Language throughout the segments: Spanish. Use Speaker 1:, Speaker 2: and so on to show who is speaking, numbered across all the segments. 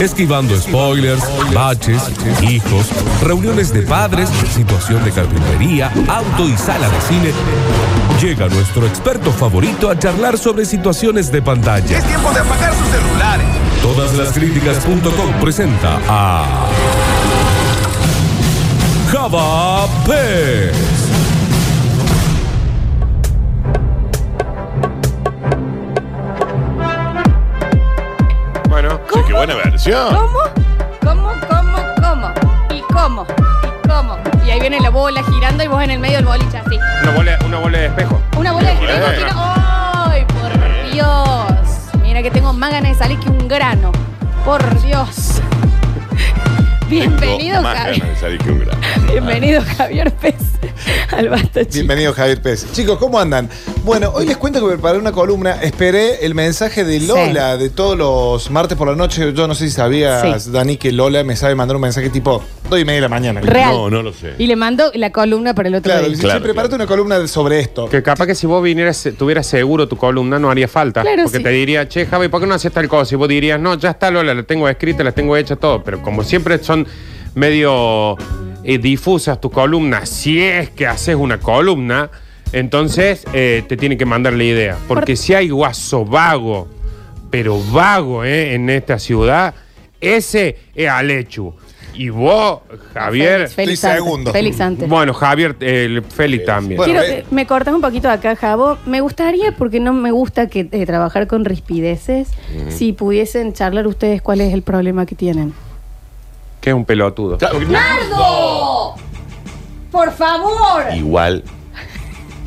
Speaker 1: esquivando spoilers, baches, hijos, reuniones de padres, situación de carpintería, auto y sala de cine. Llega nuestro experto favorito a charlar sobre situaciones de pantalla.
Speaker 2: Es tiempo de apagar sus celulares.
Speaker 1: Todas las críticas.com presenta a Java Pez.
Speaker 3: Bueno, sí, qué buena versión.
Speaker 4: ¿Cómo? ¿Cómo? ¿Cómo? ¿Cómo? ¿Y cómo? ¿Y cómo? Y ahí viene la bola girando y vos en el medio del boliche así.
Speaker 3: Una bola, una bola de espejo.
Speaker 4: Una bola de
Speaker 3: Qué
Speaker 4: girando.
Speaker 3: bueno.
Speaker 4: girando. ¡Ay, por Dios! Mira que tengo más ganas de salir que un grano. Por Dios. Bienvenido,
Speaker 3: Tengo más ganas
Speaker 4: Javier.
Speaker 3: de salir que un grano.
Speaker 4: Bienvenido, Javier Pérez. Al basta, chicos.
Speaker 5: Bienvenido Javier Pérez. Chicos, ¿cómo andan? Bueno, hoy les cuento que preparé una columna. Esperé el mensaje de Lola de todos los martes por la noche. Yo no sé si sabías,
Speaker 4: Sí.
Speaker 5: Dani, que Lola me sabe mandar un mensaje tipo 2 y media de la mañana.
Speaker 4: Real.
Speaker 3: No, no lo sé.
Speaker 4: Y le mando la columna para el otro
Speaker 5: Claro,
Speaker 4: día.
Speaker 5: dice,
Speaker 3: Claro,
Speaker 5: "Che, prepárate una columna de- sobre esto.
Speaker 3: Que capaz que si vos vinieras, tuvieras seguro tu columna, no haría falta.
Speaker 4: Claro,
Speaker 3: porque
Speaker 4: sí.
Speaker 3: te diría, che, Javi, ¿por qué no haces tal cosa? Y vos dirías, no, ya está, Lola, la tengo escrita, la tengo hecha, todo. Pero como siempre son medio eh, difusas tus columnas, si es que haces una columna, entonces eh, te tienen que mandar la idea. Porque si hay guaso vago, pero vago, ¿eh? En esta ciudad, ese es Alechu. Y vos, Javier.
Speaker 4: Félix
Speaker 5: Estoy
Speaker 4: antes.
Speaker 5: segundo.
Speaker 4: Félix antes.
Speaker 3: Bueno, Javier, eh, Feli también.
Speaker 5: Bueno,
Speaker 4: Quiero-
Speaker 5: eh.
Speaker 4: me cortas un poquito acá, Javo. Me gustaría, porque no me gusta que eh, trabajar con rispideces, si pudiesen charlar ustedes cuál es el problema que tienen.
Speaker 3: Que es un pelotudo.
Speaker 4: ¡Nardo! ¡Por favor!
Speaker 6: Igual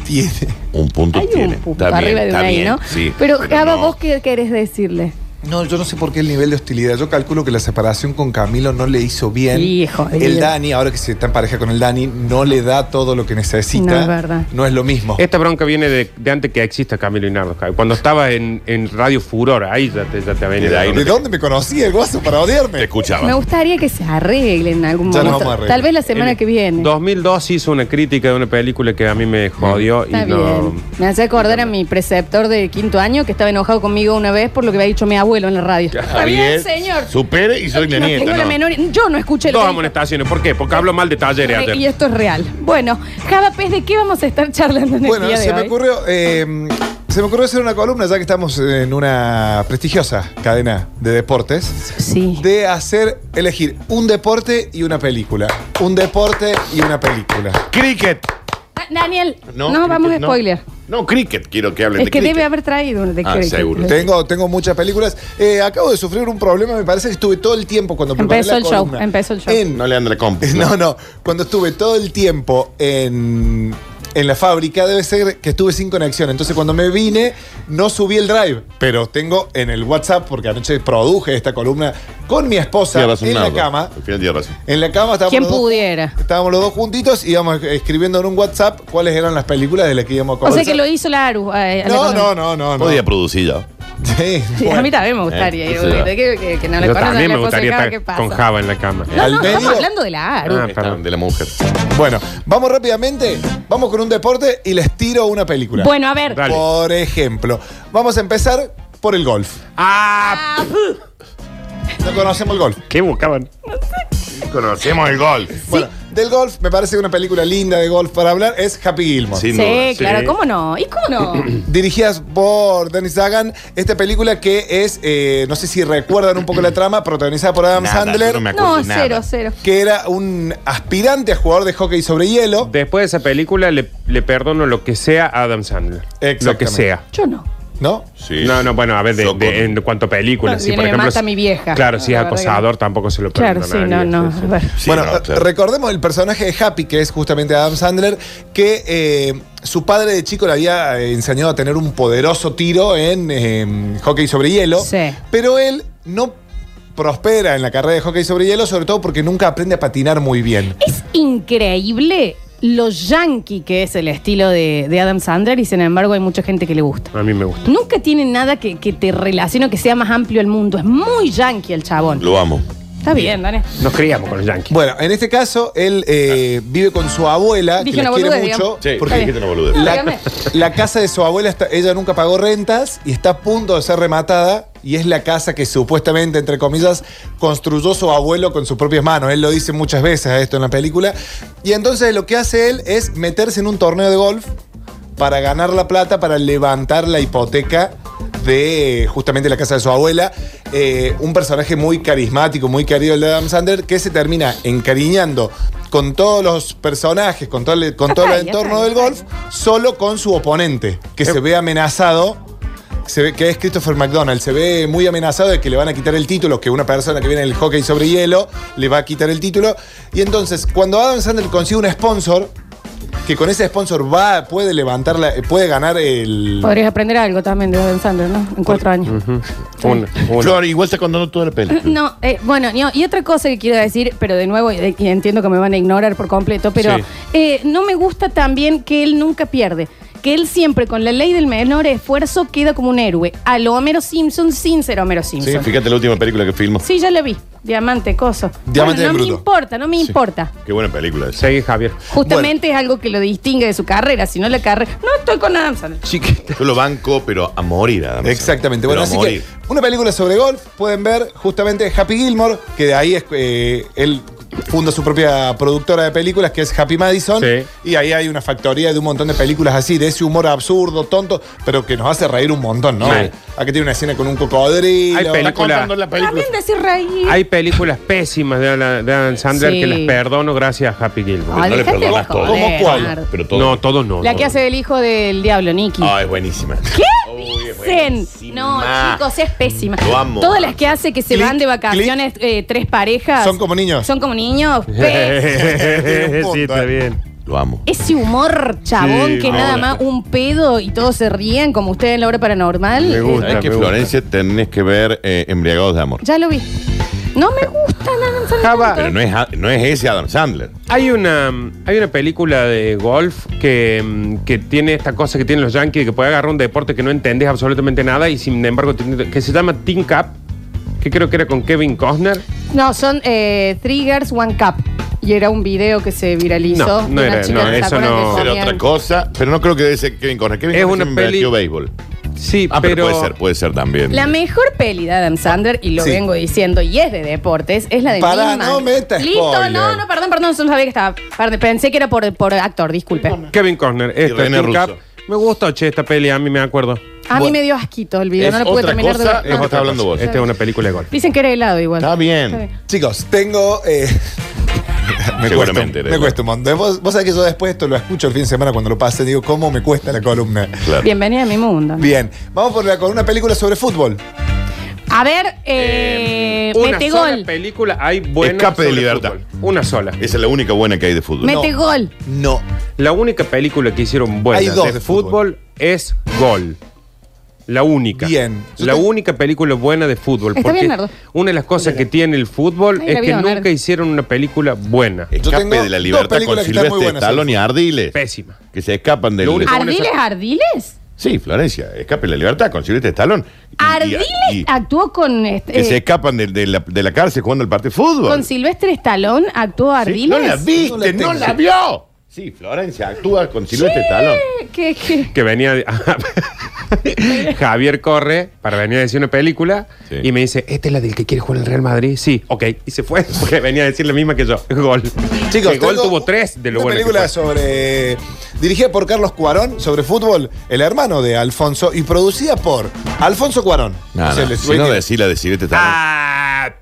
Speaker 5: Tiene.
Speaker 6: un punto
Speaker 4: Hay un
Speaker 6: tiene.
Speaker 4: punto
Speaker 6: Está bien,
Speaker 4: arriba de
Speaker 6: está
Speaker 4: una ahí,
Speaker 6: bien,
Speaker 4: ¿no?
Speaker 6: sí,
Speaker 4: pero, Java,
Speaker 6: no.
Speaker 4: ¿vos qué querés decirle?
Speaker 5: No, yo no sé por qué el nivel de hostilidad. Yo calculo que la separación con Camilo no le hizo bien.
Speaker 4: Hijo,
Speaker 5: el
Speaker 4: hijo.
Speaker 5: Dani, ahora que se está en pareja con el Dani, no le da todo lo que necesita.
Speaker 4: No, es verdad.
Speaker 5: No es lo mismo.
Speaker 3: Esta bronca viene de, de antes que exista Camilo y Nardo. Javi. Cuando estaba en, en Radio Furor, ahí ya te, ya te venía.
Speaker 6: De ahí
Speaker 3: la
Speaker 6: no
Speaker 5: ¿De
Speaker 3: bronca.
Speaker 5: dónde me conocí el guaso para
Speaker 6: Te
Speaker 5: odiarme?
Speaker 6: escuchaba.
Speaker 4: Me gustaría que se arreglen en algún
Speaker 5: Ya nos
Speaker 4: momento.
Speaker 5: vamos a arreglar.
Speaker 4: Tal vez la semana
Speaker 3: En
Speaker 4: que viene.
Speaker 3: 2002 hizo una crítica de una película que a mí me jodió
Speaker 4: Está
Speaker 3: y no.
Speaker 4: bien. Me hace acordar a mi preceptor de quinto año que estaba enojado conmigo una vez por lo que había dicho mi abuelo en la radio. Está bien,
Speaker 6: Javier,
Speaker 4: señor.
Speaker 6: Supere y soy mi
Speaker 4: No
Speaker 6: nieta.
Speaker 4: tengo la
Speaker 6: ¿no?
Speaker 4: menor- Yo no escuché lo
Speaker 3: Dos
Speaker 4: que dijo.
Speaker 3: amonestaciones. ¿Por qué? Porque hablo mal de talleres
Speaker 4: Eh,
Speaker 3: ayer.
Speaker 4: Y esto es real. Bueno, Java Pez, ¿de qué vamos a estar charlando en el
Speaker 5: Bueno,
Speaker 4: día de
Speaker 5: se me
Speaker 4: hoy?
Speaker 5: ocurrió. eh, se me ocurrió hacer una columna, ya que estamos en una prestigiosa cadena de deportes,
Speaker 4: Sí.
Speaker 5: de hacer elegir un deporte y una película. Un deporte y una película.
Speaker 6: Cricket.
Speaker 4: Ah, Daniel, no,
Speaker 6: cricket,
Speaker 4: vamos a spoiler.
Speaker 6: No, cricket, quiero que hablen
Speaker 4: Es
Speaker 6: de
Speaker 4: que
Speaker 6: cricket.
Speaker 4: debe haber traído uno de
Speaker 6: Ah,
Speaker 4: cricket.
Speaker 6: seguro.
Speaker 5: Tengo, tengo muchas películas. Eh, acabo de sufrir un problema, me parece que estuve todo el tiempo cuando preparé
Speaker 4: Empezó
Speaker 5: la
Speaker 4: el show,
Speaker 5: columna.
Speaker 4: empezó el show.
Speaker 5: En-
Speaker 6: No le anda la compu.
Speaker 5: no, no. Cuando estuve todo el tiempo en, en la fábrica, debe ser que estuve sin conexión. Entonces, cuando me vine, no subí el drive. Pero tengo en el WhatsApp, porque anoche produje esta columna con mi esposa
Speaker 6: Tiene razón,
Speaker 5: en la
Speaker 6: Nardo.
Speaker 5: cama.
Speaker 6: Al final tiene razón.
Speaker 5: En la cama estábamos
Speaker 4: Quien
Speaker 5: los, dos,
Speaker 4: pudiera.
Speaker 5: estábamos los dos juntitos y íbamos escribiendo en un WhatsApp cuáles eran las películas de las que íbamos a
Speaker 4: O sea
Speaker 5: conversar.
Speaker 4: que lo hizo la Aru. eh, a la
Speaker 5: no,
Speaker 4: columna.
Speaker 5: no, no, no, no.
Speaker 6: Podía producir ya.
Speaker 5: Sí,
Speaker 4: Sí,
Speaker 5: bueno.
Speaker 4: A mí también me gustaría.
Speaker 6: Eh,
Speaker 4: eh,
Speaker 6: sí,
Speaker 4: que, que- que no la
Speaker 3: Yo
Speaker 4: conocen,
Speaker 3: también
Speaker 4: la
Speaker 3: me
Speaker 4: esposa de
Speaker 3: gustaría
Speaker 4: Java,
Speaker 3: estar
Speaker 4: ¿qué pasa?
Speaker 3: con Java en la cama.
Speaker 4: No,
Speaker 5: Al
Speaker 4: no,
Speaker 5: medio-
Speaker 4: estamos hablando de la Aru.
Speaker 3: Ah, perdón.
Speaker 6: de la mujer.
Speaker 5: Bueno, vamos rápidamente, vamos con un deporte y les tiro una película.
Speaker 4: Bueno, a ver.
Speaker 3: Dale.
Speaker 5: Por ejemplo, vamos a empezar por el golf.
Speaker 3: ¡Ah!
Speaker 4: Ah, puh.
Speaker 5: No conocemos el golf.
Speaker 3: ¿Qué buscaban?
Speaker 6: Conocemos el golf.
Speaker 5: Bueno, del golf me parece una película linda de golf para hablar es Happy Gilmore.
Speaker 6: Sin duda,
Speaker 4: Sí, claro,
Speaker 3: sí.
Speaker 4: ¿cómo no? ¿Y cómo no?
Speaker 5: Dirigidas por Dennis Sagan, esta película que es, eh, no sé si recuerdan un poco la trama, protagonizada por Adam
Speaker 6: Nada,
Speaker 5: Sandler,
Speaker 6: yo no me acuerdo
Speaker 4: No,
Speaker 6: de nada.
Speaker 4: cero, cero.
Speaker 5: que era un aspirante a jugador de hockey sobre hielo.
Speaker 3: Después de esa película le, le perdono lo que sea a Adam Sandler.
Speaker 5: Exactamente.
Speaker 3: Lo que sea.
Speaker 4: Yo no.
Speaker 5: ¿No?
Speaker 6: Sí.
Speaker 3: No, no, bueno, a ver, de,
Speaker 6: Yo con-
Speaker 3: de- en cuanto a películas.
Speaker 4: Bueno,
Speaker 3: si por
Speaker 4: viene, me
Speaker 3: ejemplo,
Speaker 4: mata mi vieja.
Speaker 3: Claro, si es
Speaker 4: La verdad que no.
Speaker 3: acosador, tampoco se lo
Speaker 4: Claro,
Speaker 3: perdona.
Speaker 4: sí, no, no. A ver.
Speaker 6: Sí,
Speaker 5: bueno,
Speaker 6: no,
Speaker 5: eh,
Speaker 6: claro.
Speaker 5: recordemos el personaje de Happy, que es justamente Adam Sandler, que eh, su padre de chico le había eh, enseñado a tener un poderoso tiro en eh, hockey sobre hielo,
Speaker 4: Sí.
Speaker 5: pero él no prospera en la carrera de hockey sobre hielo, sobre todo porque nunca aprende a patinar muy bien.
Speaker 4: Es increíble lo yankee que es el estilo de, de Adam Sandler y sin embargo hay mucha gente que le gusta.
Speaker 3: A mí me gusta.
Speaker 4: Nunca tiene nada que, que te relacione o que sea más amplio el mundo. Es muy yankee el chabón.
Speaker 6: Lo amo.
Speaker 4: Está bien, Dani.
Speaker 3: Nos criamos con los Yankees.
Speaker 5: Bueno, en este caso, él eh, vive con su abuela,
Speaker 4: Dije
Speaker 5: que la
Speaker 4: una
Speaker 5: quiere
Speaker 4: boludez,
Speaker 5: mucho,
Speaker 4: digamos.
Speaker 6: Sí,
Speaker 5: porque
Speaker 4: Está bien.
Speaker 6: dijiste una boludez.
Speaker 4: No,
Speaker 5: La,
Speaker 4: dígame.
Speaker 5: la casa de su abuela, está- ella nunca pagó rentas y está a punto de ser rematada y es la casa que supuestamente, entre comillas, construyó su abuelo con sus propias manos. Él lo dice muchas veces esto en la película. Y entonces lo que hace él es meterse en un torneo de golf para ganar la plata, para levantar la hipoteca de eh, justamente la casa de su abuela. Eh, un personaje muy carismático, muy querido el de Adam Sandler, que se termina encariñando con todos los personajes, con todo el, con todo el
Speaker 4: Ay,
Speaker 5: entorno
Speaker 4: ay,
Speaker 5: del
Speaker 4: ay.
Speaker 5: golf, solo con su oponente, que se ve amenazado. Se ve que es Christopher McDonald, se ve muy amenazado de que le van a quitar el título, que una persona que viene del hockey sobre hielo le va a quitar el título. Y entonces, cuando Adam Sandler consigue un sponsor, que con ese sponsor va, puede levantar, la- puede ganar el.
Speaker 4: Podrías aprender algo también de Adam Sandler, ¿no? En cuatro años.
Speaker 3: Una, una.
Speaker 6: Flor, igual está contando toda la película.
Speaker 4: No, eh, bueno, no, y otra cosa que quiero decir, pero de nuevo, y de- y entiendo que me van a ignorar por completo, pero
Speaker 3: Sí.
Speaker 4: eh, no me gusta también que él nunca pierde. Que él siempre, con la ley del menor esfuerzo, queda como un héroe. A lo Homero Simpson sin ser Homero
Speaker 6: Sí,
Speaker 4: Simpson. Sí,
Speaker 6: fíjate la última película que filmó.
Speaker 4: ya la vi. Diamante, coso. Bueno,
Speaker 5: Diamante en
Speaker 4: no me
Speaker 5: bruto.
Speaker 4: importa, no me importa.
Speaker 6: Qué buena película esa.
Speaker 3: Seguí, Javier.
Speaker 4: Justamente es algo que lo distingue de su carrera, si no la carrera. No estoy con Adam Sandler.
Speaker 3: Chiquita.
Speaker 6: Yo lo banco, pero a morir, Adam. Sandler.
Speaker 5: Exactamente.
Speaker 6: Pero
Speaker 5: Bueno, así
Speaker 6: a morir.
Speaker 5: que una película sobre golf pueden ver justamente Happy Gilmore, que de ahí es eh, él funda su propia productora de películas que es Happy Madison
Speaker 3: Sí.
Speaker 5: y ahí hay una factoría de un montón de películas así de ese humor absurdo, tonto, pero que nos hace reír un montón, ¿no?
Speaker 3: Sí.
Speaker 5: Aquí tiene una escena con un cocodrilo.
Speaker 3: Hay
Speaker 6: Está
Speaker 3: película.
Speaker 6: contando la película.
Speaker 4: También decir reír.
Speaker 3: Hay películas pésimas de Alan, de Alan Sandler
Speaker 4: Sí.
Speaker 3: que las perdono gracias a Happy Gilmore.
Speaker 6: Ah,
Speaker 4: Ay,
Speaker 6: no le
Speaker 4: dejate de
Speaker 6: perdonas todo.
Speaker 4: joder,
Speaker 5: ¿Cómo cuál?
Speaker 4: Nardo.
Speaker 6: Pero todo.
Speaker 3: no, todo no.
Speaker 4: La
Speaker 3: no.
Speaker 4: que hace del hijo del diablo, Nicky.
Speaker 6: Ah, es buenísima.
Speaker 4: ¿Qué
Speaker 6: Uy, es
Speaker 4: dicen?
Speaker 6: buenísima.
Speaker 4: No, chicos, es pésima.
Speaker 6: Lo amo.
Speaker 4: Todas las que hace que se
Speaker 5: Clic,
Speaker 4: van de vacaciones eh, tres parejas.
Speaker 5: Son como niños.
Speaker 4: Son como niños. pésimo.
Speaker 5: Tiene un punto,
Speaker 3: sí, está
Speaker 5: eh.
Speaker 3: bien.
Speaker 6: Lo amo.
Speaker 4: Ese humor chabón
Speaker 3: Sí,
Speaker 4: que
Speaker 3: me
Speaker 4: nada
Speaker 3: gusta.
Speaker 4: más un pedo y todos se ríen como ustedes en la hora paranormal.
Speaker 3: Me gusta.
Speaker 6: ¿Sabes que
Speaker 3: me gusta.
Speaker 6: Florencia tenés que ver eh, Embriagados de Amor?
Speaker 4: Ya lo vi. No me gusta nada. Sandler
Speaker 3: Java.
Speaker 4: tanto.
Speaker 6: Pero no es, a- no es ese Adam Sandler.
Speaker 3: Hay una, hay una película de golf que, mm, que tiene esta cosa que tienen los yankees, que puede agarrar un deporte que no entendés absolutamente nada y sin embargo, tiene- que se llama Team Cup, que creo que era con Kevin Costner.
Speaker 4: No, son eh, Three Girls, One Cup. Y era un video que se
Speaker 3: No,
Speaker 4: viralizó. de
Speaker 3: no
Speaker 4: una
Speaker 3: era,
Speaker 4: chica
Speaker 3: no,
Speaker 4: que se
Speaker 3: eso
Speaker 4: acuerdan
Speaker 3: no.
Speaker 6: Era
Speaker 4: que comían-
Speaker 6: otra cosa, pero no creo que debe ser Kevin Costner. Kevin
Speaker 3: Es
Speaker 6: Costner
Speaker 3: una
Speaker 6: siempre
Speaker 3: peli-
Speaker 6: metió béisbol.
Speaker 3: Sí,
Speaker 6: Ah, pero,
Speaker 3: pero,
Speaker 6: puede ser, puede ser también.
Speaker 4: La mejor peli de Adam Sandler, y lo
Speaker 5: Sí.
Speaker 4: vengo diciendo, y es de deportes, es la de
Speaker 5: Pará,
Speaker 4: Mad Men.
Speaker 5: no metas
Speaker 4: Listo,
Speaker 5: spoiler.
Speaker 4: no, no, perdón, perdón, solo sabía que estaba. perdón, pensé que era por, por actor, disculpe. A
Speaker 3: Kevin Costner, esta
Speaker 6: René
Speaker 3: Team
Speaker 6: Russo.
Speaker 3: Cup. Me gustó, che, esta peli, a mí me acuerdo.
Speaker 4: mí me dio asquito el video,
Speaker 6: Es
Speaker 4: no lo pude
Speaker 6: otra
Speaker 4: terminar
Speaker 6: cosa,
Speaker 4: de
Speaker 6: es
Speaker 4: ver.
Speaker 6: otra-
Speaker 4: Ah.
Speaker 6: hablando vos.
Speaker 3: Esta es una película de golf.
Speaker 4: Dicen que era helado igual.
Speaker 6: Está bien.
Speaker 5: Chicos, tengo. eh, me cuesta,
Speaker 6: Seguramente,
Speaker 5: me cuesta un montón. Vos, vos sabés que yo después esto lo escucho el fin de semana cuando lo pase, digo, ¿cómo me cuesta la columna?
Speaker 6: Claro.
Speaker 4: Bienvenida a mi mundo.
Speaker 5: Bien, vamos por la, con una película sobre fútbol.
Speaker 4: A ver, eh,
Speaker 3: una
Speaker 4: mete
Speaker 3: sola
Speaker 4: gol.
Speaker 3: película hay buena.
Speaker 6: Escape de
Speaker 3: sobre
Speaker 6: libertad.
Speaker 3: fútbol. Una sola.
Speaker 6: Esa es la única buena que hay de fútbol.
Speaker 4: Mete
Speaker 5: No.
Speaker 4: gol.
Speaker 5: No.
Speaker 3: La única película que hicieron buena
Speaker 5: Hay dos
Speaker 3: de,
Speaker 5: de
Speaker 3: fútbol,
Speaker 5: fútbol.
Speaker 3: es Gol. La única.
Speaker 5: Bien. Yo
Speaker 3: La
Speaker 5: te-
Speaker 3: única película buena de fútbol.
Speaker 4: Está
Speaker 3: porque
Speaker 4: bien, Nardo.
Speaker 3: una de las cosas que tiene el fútbol
Speaker 4: Ay, la
Speaker 3: es que
Speaker 4: vio,
Speaker 3: nunca
Speaker 4: Nardo.
Speaker 3: hicieron una película buena.
Speaker 5: Yo
Speaker 6: Escape
Speaker 5: tengo
Speaker 6: de la
Speaker 5: dos
Speaker 6: libertad con
Speaker 5: películas que están muy
Speaker 6: Silvestre
Speaker 5: buenas,
Speaker 6: Stallone y Ardiles.
Speaker 3: Pésima.
Speaker 6: Que se escapan del...
Speaker 3: Lo único- Bueno,
Speaker 4: ¿Ardiles,
Speaker 3: esa-
Speaker 4: Ardiles?
Speaker 6: Sí, Florencia. Escape de la libertad con Silvestre Stallone. Y- y-
Speaker 4: Ardiles
Speaker 6: y-
Speaker 4: actuó con. este,
Speaker 6: que se
Speaker 4: eh,
Speaker 6: escapan de, de la, de la cárcel jugando al partido de fútbol.
Speaker 4: con Silvestre Stallone actuó
Speaker 6: Sí,
Speaker 4: Ardiles.
Speaker 6: No la viste, no
Speaker 5: No la
Speaker 6: la,
Speaker 5: tengo.
Speaker 6: vio. Sí, Florencia actúa con Silvestre Stallone.
Speaker 4: ¿Qué, qué?
Speaker 3: Que venía. de- Javier corre para venir a decir una película
Speaker 6: Sí.
Speaker 3: y me dice: ¿Esta es la del que quiere jugar en el Real Madrid? Sí, ok. Y se fue porque venía a decir la misma que yo. Gol.
Speaker 5: Chicos,
Speaker 3: Que Gol
Speaker 5: tengo
Speaker 3: tuvo tres de lo
Speaker 5: una
Speaker 3: bueno. que
Speaker 5: película
Speaker 3: fue.
Speaker 5: sobre. dirigida por Carlos Cuarón sobre fútbol, el hermano de Alfonso, y producida por Alfonso Cuarón.
Speaker 6: No,
Speaker 5: O sea,
Speaker 6: no,
Speaker 5: le-
Speaker 6: si no decís la de Silvestre Stallone.
Speaker 3: Ah,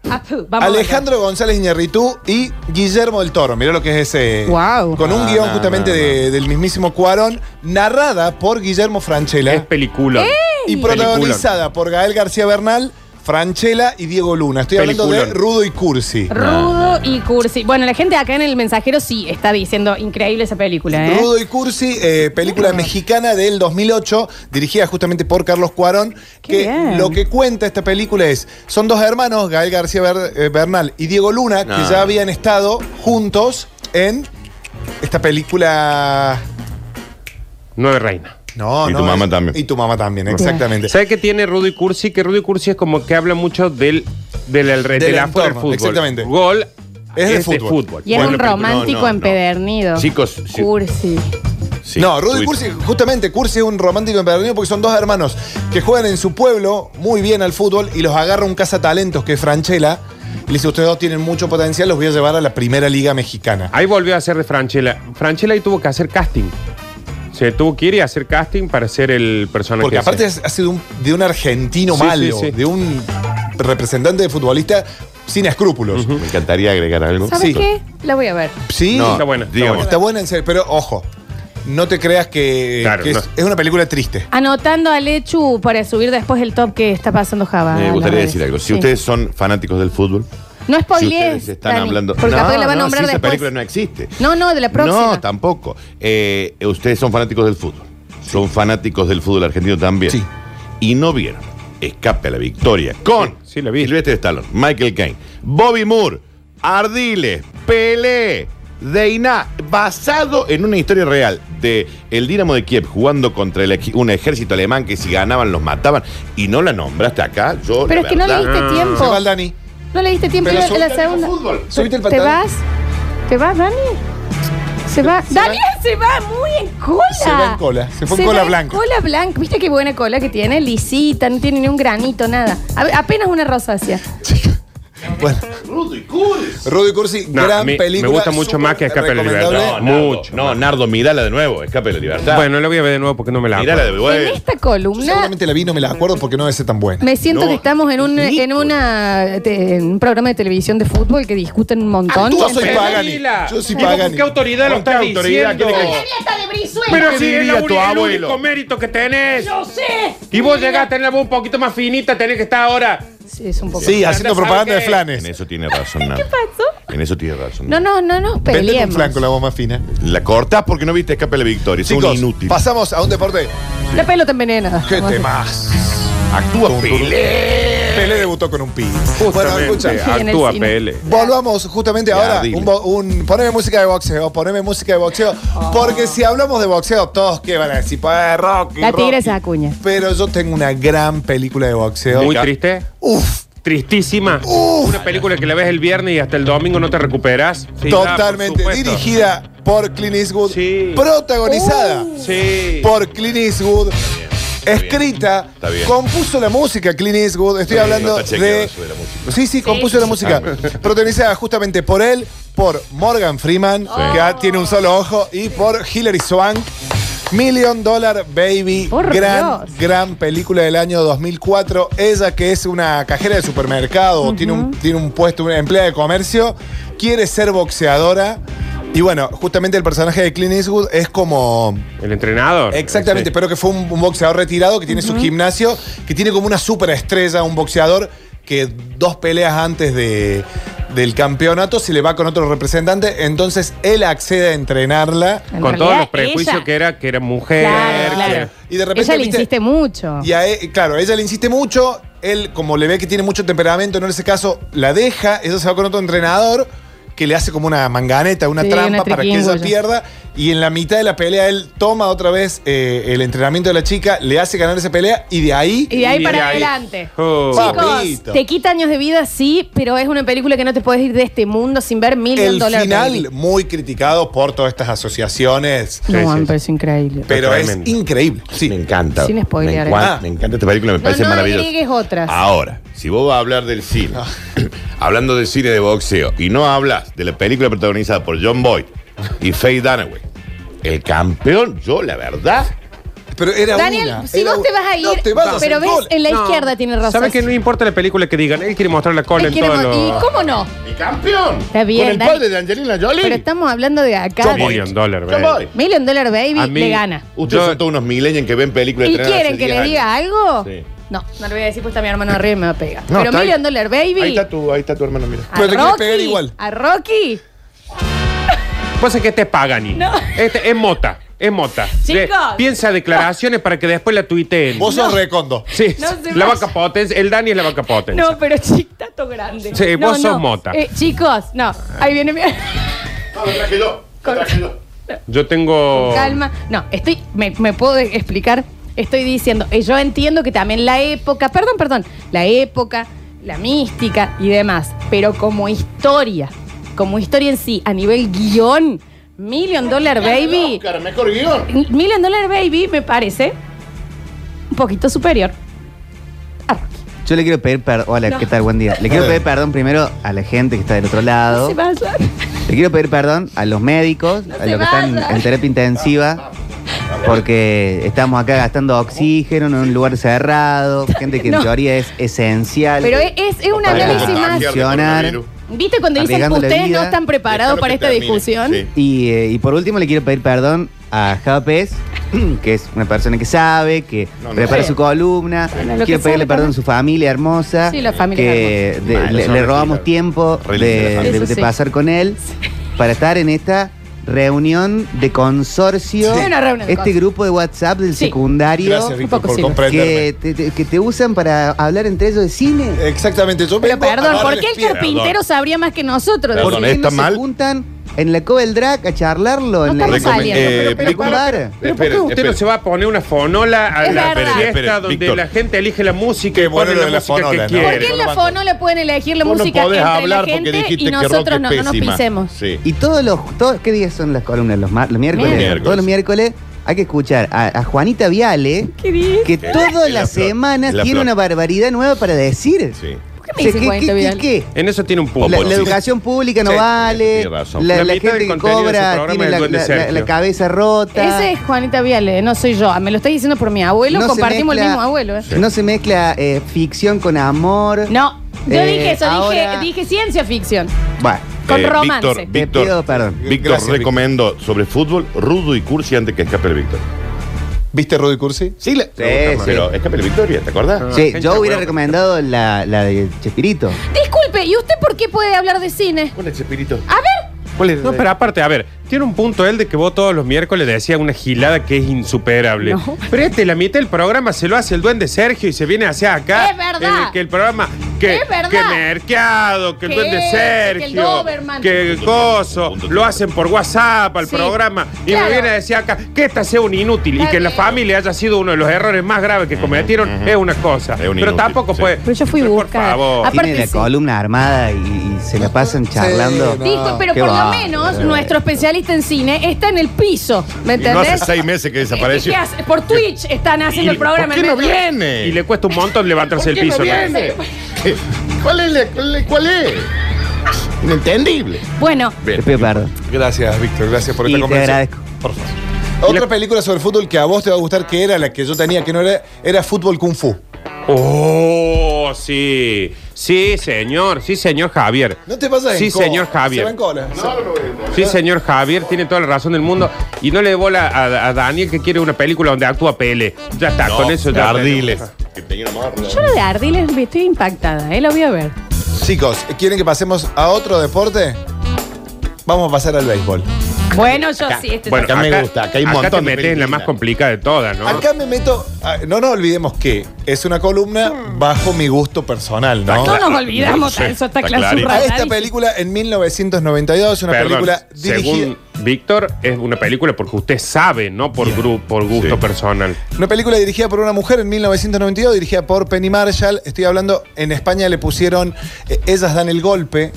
Speaker 4: Ah, vamos a ver.
Speaker 5: Alejandro González Iñarritu y Guillermo del Toro. Mirá lo que es ese.
Speaker 4: Guau.
Speaker 5: Con un
Speaker 6: No,
Speaker 5: guión
Speaker 6: no,
Speaker 5: justamente
Speaker 6: no, no.
Speaker 5: de- del mismísimo Cuarón, narrada por Guillermo Franchella.
Speaker 3: es película.
Speaker 5: Y protagonizada por Gael García Bernal, Franchella y Diego Luna. Estoy hablando de
Speaker 3: Peliculón.
Speaker 5: Rudo y Cursi.
Speaker 4: Rudo y cursi. Bueno, la gente acá en el mensajero sí está diciendo increíble esa película, ¿eh?
Speaker 5: Rudo y Cursi, eh, película mexicana del 2008, dirigida justamente por Carlos Cuarón,
Speaker 4: Qué
Speaker 5: que
Speaker 4: bien.
Speaker 5: lo que cuenta esta película es, son dos hermanos, Gael García Ber- eh, Bernal y Diego Luna,
Speaker 6: No.
Speaker 5: que ya habían estado juntos en esta película...
Speaker 3: Nueve Reina.
Speaker 5: No,
Speaker 6: Y
Speaker 5: no,
Speaker 6: tu mamá
Speaker 5: es-
Speaker 6: también.
Speaker 5: Y tu mamá también, exactamente.
Speaker 3: ¿Sabes qué tiene Rudy Cursi? Que Rudy Cursi es como que habla mucho del del alre-
Speaker 5: Del
Speaker 3: del afuera del
Speaker 5: entorno,
Speaker 3: fútbol.
Speaker 5: exactamente.
Speaker 3: Gol
Speaker 5: Es de fútbol.
Speaker 4: Y es
Speaker 6: Bueno,
Speaker 4: un
Speaker 6: pero-
Speaker 4: romántico
Speaker 6: no, no, no.
Speaker 4: empedernido.
Speaker 6: Chicos, si-
Speaker 4: Cursi.
Speaker 6: Si, Sí,
Speaker 5: no, Rudy
Speaker 6: Rudy.
Speaker 5: Cursi, justamente, Cursi es un romántico empedernido porque son dos hermanos que juegan en su pueblo muy bien al fútbol y los agarra un cazatalentos que es Franchella. Y le dice, ustedes dos tienen mucho potencial, los voy a llevar a la primera liga mexicana.
Speaker 3: Ahí volvió a ser de Franchella. Franchella ahí tuvo que hacer casting. Se tuvo que ir y hacer casting para ser el personaje.
Speaker 5: Porque
Speaker 3: ese.
Speaker 5: aparte es- ha sido un- de un argentino
Speaker 3: Sí, sí,
Speaker 5: malo,
Speaker 3: sí.
Speaker 5: de un representante de futbolista sin escrúpulos.
Speaker 6: Me encantaría agregar algo.
Speaker 4: ¿Sabes qué? La voy a ver.
Speaker 5: Sí,
Speaker 6: No,
Speaker 3: Está buena, está
Speaker 6: digamos,
Speaker 5: está buena en serio, pero ojo, no te creas que,
Speaker 3: Claro,
Speaker 5: que es-
Speaker 3: no.
Speaker 5: es, una película triste.
Speaker 4: Anotando a Lechu para subir después el top que está pasando Java. a
Speaker 6: Me
Speaker 4: las
Speaker 6: gustaría
Speaker 4: redes.
Speaker 6: decir algo. Si
Speaker 4: Ah, Sí.
Speaker 6: ustedes son fanáticos del fútbol,
Speaker 4: No
Speaker 6: si
Speaker 4: spoilees,
Speaker 6: ustedes están
Speaker 4: Dani,
Speaker 6: hablando.
Speaker 4: Porque capaz que la van a
Speaker 6: no, si
Speaker 4: nombrar
Speaker 6: esa
Speaker 4: después.
Speaker 6: película no existe.
Speaker 4: no, no, de la próxima.
Speaker 6: No, tampoco. Eh, ustedes son fanáticos del fútbol. Son fanáticos del fútbol argentino también.
Speaker 5: Sí.
Speaker 6: Y no vieron Escape a la Victoria con
Speaker 3: Sí, sí, la vi.
Speaker 6: Sylvester Stallone, Michael Caine, Bobby Moore, Ardiles, Pelé, Deiná, basado en una historia real de el Dinamo de Kiev jugando contra el equi- un ejército alemán que si ganaban los mataban y no la nombraste acá. Yo,
Speaker 4: Pero
Speaker 6: la
Speaker 4: es que no le
Speaker 6: verdad, Mm.
Speaker 4: diste
Speaker 3: Oh.
Speaker 5: Se
Speaker 4: tiempo.
Speaker 5: va el Dani.
Speaker 4: No le diste tiempo
Speaker 5: Pero
Speaker 4: en la
Speaker 5: subite
Speaker 6: al
Speaker 4: segunda.
Speaker 6: fútbol,
Speaker 5: subite el
Speaker 4: ¿Te
Speaker 5: pantalón.
Speaker 4: vas? ¿Te vas, Dani? Se va. Daniel se va muy en cola.
Speaker 5: Se va en cola. Se fue en cola
Speaker 4: va
Speaker 5: blanca.
Speaker 4: Cola blanca. ¿Viste qué buena cola que tiene? Lisita, no tiene ni un granito, nada. A- apenas una rosácea.
Speaker 5: Bueno,
Speaker 6: Rudy Cursi.
Speaker 5: Rudy Cursi,
Speaker 3: No,
Speaker 5: gran
Speaker 3: me- me
Speaker 5: película.
Speaker 3: gusta mucho
Speaker 5: súper
Speaker 3: más que Escape a la Libertad.
Speaker 5: recomendable.
Speaker 6: No, Nardo,
Speaker 3: Mucho.
Speaker 6: No, Nardo, mírala de nuevo, escape de la libertad.
Speaker 3: Bueno, la voy a ver de nuevo porque no me la
Speaker 6: mírala
Speaker 3: acuerdo.
Speaker 6: de
Speaker 4: En
Speaker 6: nuevo.
Speaker 4: esta
Speaker 5: Yo
Speaker 4: columna
Speaker 5: seguramente la vi, no me la acuerdo porque no debe ser tan buena.
Speaker 4: me siento
Speaker 6: No,
Speaker 4: que estamos en un,
Speaker 6: ni
Speaker 4: en una, te- en un programa de televisión de fútbol que discuten un montón.
Speaker 5: Yo soy
Speaker 3: Pero,
Speaker 5: Pagani.
Speaker 3: Lila,
Speaker 5: Yo soy
Speaker 3: digo, ¿con
Speaker 5: Pagani.
Speaker 3: ¿Qué autoridad lo
Speaker 6: ¿Con qué
Speaker 3: estás
Speaker 6: autoridad?
Speaker 3: diciendo?
Speaker 6: ¿Quién le-
Speaker 3: Pero
Speaker 6: ¿Qué
Speaker 3: si es
Speaker 6: diría
Speaker 3: la
Speaker 6: tu
Speaker 3: uni- el
Speaker 6: abuelo?
Speaker 3: único mérito que tenés.
Speaker 4: sé!
Speaker 3: Y vos llegaste a tener la voz un poquito más finita, tenés que estar ahora.
Speaker 4: Sí, es un poco.
Speaker 5: Sí, haciendo
Speaker 3: ¿Sabe
Speaker 5: propaganda
Speaker 3: qué?
Speaker 5: de flanes.
Speaker 6: En eso tiene razón, Nardo.
Speaker 4: pasó?
Speaker 6: En eso tiene razón.
Speaker 4: No, no, no nos
Speaker 5: Vende un
Speaker 4: peleemos.
Speaker 5: flanco la voz más fina.
Speaker 6: La cortás porque no viste escape de la victoria. Es un
Speaker 5: Chicos,
Speaker 6: inútil.
Speaker 5: pasamos a un deporte.
Speaker 4: La pelota envenenada.
Speaker 5: ¿Qué
Speaker 4: Vamos a-
Speaker 5: temas?
Speaker 6: Actúa Pelé.
Speaker 5: Pelé debutó con un pi. Bueno,
Speaker 3: Justamente,
Speaker 5: escucha.
Speaker 4: en el
Speaker 3: actúa
Speaker 4: cine.
Speaker 3: PL.
Speaker 5: Volvamos justamente
Speaker 6: Ya,
Speaker 5: ahora.
Speaker 6: dile.
Speaker 5: Un, bo- un- poneme música de boxeo, poneme música de boxeo. Porque si hablamos de boxeo, todos que van a decir, pues Rocky.
Speaker 4: La tigresa
Speaker 5: Rocky".
Speaker 4: Acuña.
Speaker 5: Pero yo tengo una gran película de boxeo.
Speaker 3: Muy triste.
Speaker 5: Uf,
Speaker 3: Tristísima. Una película que la ves el viernes y hasta el domingo no te recuperas. Sí,
Speaker 5: totalmente.
Speaker 3: ya, por supuesto.
Speaker 5: dirigida por Clint Eastwood.
Speaker 3: Sí.
Speaker 5: Protagonizada
Speaker 3: Sí.
Speaker 5: por Clint Eastwood. Escrita,
Speaker 6: Está bien.
Speaker 5: compuso la música Clint Eastwood. Estoy
Speaker 6: Está bien,
Speaker 5: hablando
Speaker 6: no está chequeado Ah,
Speaker 5: de.
Speaker 6: eso de la música.
Speaker 5: Sí, sí, compuso la música. Protagonizada justamente por él, por Morgan Freeman, que ah, tiene un solo ojo, y por Hilary Swank. Million Dollar Baby,
Speaker 4: Por
Speaker 5: gran,
Speaker 4: Dios.
Speaker 5: gran película del año 2004. Ella que es una cajera de supermercado, tiene, un, tiene un puesto, una empleada de comercio, quiere ser boxeadora. Y bueno, justamente el personaje de Clint Eastwood es como...
Speaker 3: El entrenador.
Speaker 5: Exactamente, pero que fue un, un boxeador retirado que tiene su gimnasio, que tiene como una superestrella, un boxeador que dos peleas antes de, del campeonato se le va con otro representante, entonces él accede a entrenarla.
Speaker 4: En
Speaker 3: Con todos
Speaker 4: realidad,
Speaker 3: los prejuicios
Speaker 4: ella-
Speaker 3: que era, que era mujer.
Speaker 4: Claro, claro.
Speaker 5: Y de repente,
Speaker 4: Ella le
Speaker 5: viste-
Speaker 4: insiste mucho.
Speaker 5: Y a él- claro, ella le insiste mucho, él como le ve que tiene mucho temperamento, no le hace caso, la deja, ella se va con otro entrenador que le hace como una manganeta, una
Speaker 4: Sí,
Speaker 5: trampa
Speaker 4: una
Speaker 5: para que ella
Speaker 4: triquiñuela.
Speaker 5: pierda, y en la mitad de la pelea él toma otra vez eh, el entrenamiento de la chica, le hace ganar esa pelea, y de ahí...
Speaker 4: Y de ahí
Speaker 3: Y
Speaker 4: para
Speaker 3: de ahí-
Speaker 4: adelante.
Speaker 3: Oh.
Speaker 4: Chicos,
Speaker 5: Papito.
Speaker 4: te quita años de vida, sí, pero es una película que no te puedes ir de este mundo sin ver Million
Speaker 5: El
Speaker 4: Dollar
Speaker 5: final,
Speaker 4: Baby.
Speaker 5: muy criticado por todas estas asociaciones,
Speaker 3: Sí,
Speaker 4: No,
Speaker 3: sí,
Speaker 4: me
Speaker 3: sí.
Speaker 4: parece increíble.
Speaker 5: pero es
Speaker 3: Tremendo.
Speaker 5: increíble.
Speaker 6: Me
Speaker 5: Sí.
Speaker 6: encanta.
Speaker 4: Sin spoilear,
Speaker 6: Me, encuan-
Speaker 5: eh. Ah.
Speaker 6: me encanta esta película, me parece
Speaker 4: no
Speaker 6: maravillosa.
Speaker 4: agregues otras.
Speaker 6: Ahora, si vos vas a hablar del cine,
Speaker 5: Ah.
Speaker 6: hablando del cine de boxeo, y no hablas de la película protagonizada por John Boyd y Faye Dunaway, el campeón, yo la verdad,
Speaker 5: Pero era
Speaker 4: Daniel,
Speaker 5: una,
Speaker 4: si
Speaker 5: era
Speaker 4: vos te
Speaker 5: una.
Speaker 4: vas a ir,
Speaker 5: No te vas a hacer
Speaker 4: pero ves,
Speaker 5: gol.
Speaker 4: en la
Speaker 3: No.
Speaker 4: izquierda tiene razón.
Speaker 3: ¿Sabes que no importa la película que digan? Él quiere mostrar la cola
Speaker 4: Él
Speaker 3: en
Speaker 4: quiere
Speaker 3: todos
Speaker 4: mo- ¿Y
Speaker 3: los...
Speaker 4: cómo no?
Speaker 6: el campeón.
Speaker 4: Está bien,
Speaker 6: Con el
Speaker 4: Dani.
Speaker 6: padre de Angelina Jolie.
Speaker 4: Pero estamos hablando de acá.
Speaker 6: Yo voy.
Speaker 4: de-
Speaker 3: Million Dollar,
Speaker 6: Yo
Speaker 3: baby.
Speaker 6: voy.
Speaker 4: Million Dollar Baby
Speaker 3: A mí-
Speaker 4: le gana.
Speaker 6: Ustedes
Speaker 3: Yo-
Speaker 6: son todos unos millennials que ven películas
Speaker 4: ¿Y
Speaker 6: estrenadas hace
Speaker 4: quieren que
Speaker 6: 10
Speaker 4: le diga
Speaker 6: años.
Speaker 4: algo?
Speaker 6: Sí.
Speaker 4: No, no le voy a decir, pues está mi hermano arriba y me va a pegar.
Speaker 6: No,
Speaker 4: pero
Speaker 6: está ahí.
Speaker 4: Million Dollar Baby.
Speaker 6: Ahí está tu, ahí está tu hermano, mira.
Speaker 4: a
Speaker 5: Pero te quiere
Speaker 4: Rocky,
Speaker 5: pegar igual.
Speaker 4: A Rocky.
Speaker 3: Pasa que este es Pagani. Este es Mota. Es Mota.
Speaker 4: Chicos.
Speaker 3: piensa declaraciones para que después la tuiteen.
Speaker 5: Vos sos recondo.
Speaker 3: Sí,
Speaker 4: No se
Speaker 3: la
Speaker 4: vaya.
Speaker 3: vaca potencia. El Dani es la vaca potencia.
Speaker 4: No, pero chiquitato grande.
Speaker 3: Sí,
Speaker 4: No,
Speaker 3: vos
Speaker 4: no.
Speaker 3: sos mota. Eh.
Speaker 4: Eh, chicos, no. Ahí viene mi.
Speaker 6: No, lo traje yo.
Speaker 4: Con- traje yo.
Speaker 3: Yo tengo.
Speaker 4: Calma. No, estoy. Me, me puedo explicar. Estoy diciendo. eh, yo entiendo que también la época. Perdón, perdón. La época, la mística y demás. Pero como historia. Como historia en sí, a nivel guión. Million Dollar Baby.
Speaker 6: Oscar, mejor guión.
Speaker 4: Million Dollar Baby me parece un poquito superior a Rocky.
Speaker 7: Yo le quiero pedir perdón. Hola,
Speaker 4: No.
Speaker 7: ¿qué tal? Buen día. Le quiero pedir perdón primero a la gente que está del otro lado.
Speaker 4: Se vaya.
Speaker 7: Le quiero pedir perdón a los médicos, a
Speaker 4: se
Speaker 7: los que están
Speaker 4: vayan.
Speaker 7: en terapia intensiva, porque estamos acá gastando oxígeno en un lugar cerrado, gente que en
Speaker 4: No.
Speaker 7: teoría es esencial.
Speaker 4: Pero es, es- es un
Speaker 7: Para
Speaker 4: análisis más.
Speaker 7: contagiar. accionar.
Speaker 4: ¿Viste cuando dicen que
Speaker 7: Arriesgando la
Speaker 4: ustedes
Speaker 7: vida.
Speaker 4: no están preparados
Speaker 6: Déjalo
Speaker 4: para
Speaker 6: que
Speaker 4: esta
Speaker 6: termine.
Speaker 4: discusión?
Speaker 6: Sí.
Speaker 7: Y, eh, y por último le quiero pedir perdón a Java Pérez, que es una persona que sabe, que
Speaker 6: No, no.
Speaker 7: prepara
Speaker 4: Sí.
Speaker 7: su columna.
Speaker 4: Bueno, lo
Speaker 7: quiero
Speaker 4: que
Speaker 7: pedirle
Speaker 4: sabe
Speaker 7: perdón
Speaker 4: también.
Speaker 7: a su familia hermosa.
Speaker 4: Sí, la familia
Speaker 7: que
Speaker 4: es
Speaker 7: de-
Speaker 6: Mal,
Speaker 7: le,
Speaker 6: son
Speaker 7: le
Speaker 6: re
Speaker 7: robamos
Speaker 6: linda.
Speaker 7: tiempo
Speaker 6: Re linda
Speaker 7: de,
Speaker 6: la
Speaker 4: familia.
Speaker 7: de-
Speaker 4: Eso
Speaker 7: de
Speaker 4: sí.
Speaker 7: pasar con él para estar en esta reunión de consorcio.
Speaker 4: Sí, una reunión de
Speaker 7: este
Speaker 4: consorcio.
Speaker 7: grupo de WhatsApp del
Speaker 4: Sí.
Speaker 7: secundario.
Speaker 5: Gracias, Víctor,
Speaker 4: poco
Speaker 5: por
Speaker 4: sí.
Speaker 5: comprenderme.
Speaker 7: que te, te- que te usan para hablar entre ellos de cine.
Speaker 5: Exactamente. Yo
Speaker 4: Pero
Speaker 5: vengo a
Speaker 4: perdón,
Speaker 5: dar
Speaker 4: ¿por
Speaker 5: el
Speaker 4: qué el
Speaker 5: pie.
Speaker 4: carpintero sabría más que nosotros?
Speaker 6: Perdón,
Speaker 7: ¿Por
Speaker 6: ¿eh?
Speaker 7: qué
Speaker 6: está
Speaker 7: no
Speaker 6: mal?
Speaker 7: se juntan en la Coba del Drag a charlarlo? en
Speaker 4: No
Speaker 7: la,
Speaker 4: estamos saliendo.
Speaker 6: Eh,
Speaker 7: en la
Speaker 6: Víctor,
Speaker 7: Cobar?
Speaker 3: ¿Pero por qué
Speaker 6: Espere,
Speaker 3: usted
Speaker 6: espere.
Speaker 3: no se va a poner una fonola a
Speaker 4: Es
Speaker 3: la
Speaker 4: verdad.
Speaker 3: fiesta
Speaker 6: Espere, espere,
Speaker 3: donde
Speaker 6: Víctor.
Speaker 3: la gente elige la música
Speaker 5: Qué
Speaker 3: y
Speaker 5: bueno
Speaker 3: pone
Speaker 5: lo
Speaker 3: la
Speaker 5: de la
Speaker 3: música
Speaker 5: fonola,
Speaker 3: que
Speaker 5: ¿no?
Speaker 3: quiere?
Speaker 4: ¿Por qué en la fonola pueden elegir la
Speaker 6: Vos
Speaker 4: música
Speaker 6: podés
Speaker 4: entre la
Speaker 6: hablar porque
Speaker 4: gente
Speaker 6: dijiste
Speaker 4: y
Speaker 6: que Rock
Speaker 4: nosotros
Speaker 6: es
Speaker 4: no, no nos
Speaker 6: pésima.
Speaker 4: pisemos?
Speaker 6: Sí.
Speaker 7: Y todos los todos, ¿qué días son las columnas? Los, mar- los miércoles.
Speaker 6: Miércoles.
Speaker 7: Todos los miércoles hay que escuchar a, a Juanita Viale,
Speaker 4: ¿Qué dices?
Speaker 7: que
Speaker 6: la-
Speaker 7: todas
Speaker 6: es la
Speaker 7: las
Speaker 6: flor,
Speaker 7: semanas
Speaker 6: es la
Speaker 7: tiene
Speaker 6: flor.
Speaker 7: una barbaridad nueva para decir.
Speaker 6: Sí.
Speaker 4: ¿Por qué me dicen
Speaker 7: ¿qué,
Speaker 4: Juanita
Speaker 7: qué-
Speaker 4: Vidal?
Speaker 7: qué?
Speaker 3: En eso tiene un punto.
Speaker 7: La, la
Speaker 6: Bueno, sí.
Speaker 7: educación pública no
Speaker 6: Sí,
Speaker 7: vale,
Speaker 6: tiene razón.
Speaker 7: la,
Speaker 3: La
Speaker 7: la
Speaker 3: mitad
Speaker 7: gente
Speaker 3: del
Speaker 7: que
Speaker 3: contenido de su
Speaker 7: cobra
Speaker 3: programa
Speaker 7: tiene
Speaker 3: es
Speaker 7: la,
Speaker 3: el duende
Speaker 7: la- la- la
Speaker 3: Sergio.
Speaker 7: cabeza rota.
Speaker 4: Ese es Juanita Viale, no soy yo. Ah, Me lo está diciendo por mi abuelo,
Speaker 7: se
Speaker 4: compartimos el
Speaker 7: mezcla-
Speaker 4: mismo abuelo. eh.
Speaker 7: No se mezcla eh, ficción con amor.
Speaker 4: No, yo
Speaker 7: Eh,
Speaker 4: dije eso,
Speaker 7: ahora-
Speaker 4: dije, dije ciencia ficción.
Speaker 7: Bueno,
Speaker 4: Con
Speaker 6: Eh,
Speaker 4: romance.
Speaker 6: Víctor,
Speaker 7: te
Speaker 6: Víctor,
Speaker 7: pido perdón.
Speaker 6: Víctor
Speaker 5: Gracias, Víctor.
Speaker 6: recomendó sobre fútbol Rudo y Cursi antes que escape el Víctor.
Speaker 5: ¿Viste Rudy Cursi?
Speaker 6: Sí, la-
Speaker 7: sí.
Speaker 6: pero escape el Victoria, ¿te acordás?
Speaker 4: Ah.
Speaker 7: Sí,
Speaker 3: gente
Speaker 7: yo hubiera
Speaker 3: huevo.
Speaker 7: recomendado la, la de Chespirito.
Speaker 4: Disculpe, ¿y usted por qué puede hablar de cine?
Speaker 6: ¿Cuál es Chespirito?
Speaker 4: A ver,
Speaker 6: ¿Cuál es?
Speaker 3: No, pero aparte, a ver, tiene un punto él de que vos todos los miércoles decías una gilada que es insuperable.
Speaker 4: No.
Speaker 3: Pero este, la mitad del programa se lo hace el duende Sergio y se viene hacia acá.
Speaker 4: Es verdad.
Speaker 3: En el que el programa, que,
Speaker 4: Es verdad.
Speaker 3: que mercado, que el
Speaker 4: Que
Speaker 3: duende
Speaker 4: ese, que el
Speaker 3: Sergio,
Speaker 4: Doberman.
Speaker 3: que el coso, lo hacen por WhatsApp al
Speaker 4: Sí.
Speaker 3: programa y
Speaker 4: Claro.
Speaker 3: me viene a decir acá que esta sea un inútil y
Speaker 4: Está
Speaker 3: que en la
Speaker 4: bien.
Speaker 3: familia haya sido uno de los errores más graves que cometieron es una cosa.
Speaker 6: un
Speaker 3: pero
Speaker 6: inútil,
Speaker 3: tampoco
Speaker 6: sí.
Speaker 3: fue.
Speaker 4: Pero yo fui
Speaker 3: por
Speaker 4: buscada.
Speaker 3: favor.
Speaker 4: Aparte,
Speaker 7: Tiene la
Speaker 4: sí.
Speaker 7: columna armada y, y se la pasan
Speaker 5: Sí,
Speaker 7: charlando.
Speaker 5: no.
Speaker 4: discul- pero
Speaker 7: qué
Speaker 4: por lo
Speaker 7: va,
Speaker 4: menos
Speaker 7: eh.
Speaker 4: nuestro especialista en cine está en el piso, ¿me
Speaker 6: Y no hace
Speaker 4: entendés? Eh,
Speaker 6: seis meses que desapareció.
Speaker 4: ¿Qué hace? Por Twitch están haciendo el programa.
Speaker 6: ¿Por qué
Speaker 4: en
Speaker 6: no
Speaker 4: medio.
Speaker 6: viene?
Speaker 3: Y le cuesta un montón levantarse el
Speaker 6: ¿Por qué
Speaker 3: piso.
Speaker 6: no
Speaker 3: ¿no?
Speaker 6: viene? ¿Cuál es? la- cuál es- ¿Cuál es? Inentendible.
Speaker 4: Bueno,
Speaker 7: Te pido perdón.
Speaker 5: Gracias, Víctor. Gracias por
Speaker 7: Y
Speaker 5: esta
Speaker 7: te
Speaker 5: conversación.
Speaker 7: agradezco.
Speaker 5: Por favor. Otra película sobre fútbol que a vos te va a gustar, que era la que yo tenía, que no era, era Fútbol Kung Fu.
Speaker 3: Oh, sí. Sí, señor. Sí, señor Javier.
Speaker 5: No te pasas
Speaker 3: Sí,
Speaker 5: en cola.
Speaker 3: señor Javier.
Speaker 5: Se va en cola.
Speaker 3: Sí, señor Javier. Tiene toda la razón del mundo. Y no le dé bola a, a Daniel que quiere una película donde actúa Pele. Ya está, con eso ya.
Speaker 6: Ardiles. Que tenía una marra.
Speaker 4: yo lo de Ardiles me estoy impactada, ¿eh? Lo voy a ver.
Speaker 5: Chicos, ¿quieren que pasemos a otro deporte? Vamos a pasar al béisbol.
Speaker 4: Bueno, yo sí, este
Speaker 3: Bueno,
Speaker 6: Acá me gusta, acá hay un montón
Speaker 3: te
Speaker 6: de
Speaker 3: metes en la
Speaker 6: películas.
Speaker 3: más complicada de todas, ¿no?
Speaker 5: Acá me meto. a- no nos olvidemos que es una columna bajo mi gusto personal, ¿no?
Speaker 4: No nos olvidamos,
Speaker 6: Sí,
Speaker 4: eso está,
Speaker 6: está
Speaker 4: claro.
Speaker 6: clarito.
Speaker 5: A esta película en 1992, una
Speaker 3: Perdón,
Speaker 5: película dirigida.
Speaker 3: según Víctor, es una película porque usted sabe, no por, gru- por gusto
Speaker 6: Sí.
Speaker 3: personal.
Speaker 5: Una película dirigida por una mujer en 1992, dirigida por Penny Marshall. Estoy hablando, en España le pusieron eh, Ellas dan el golpe.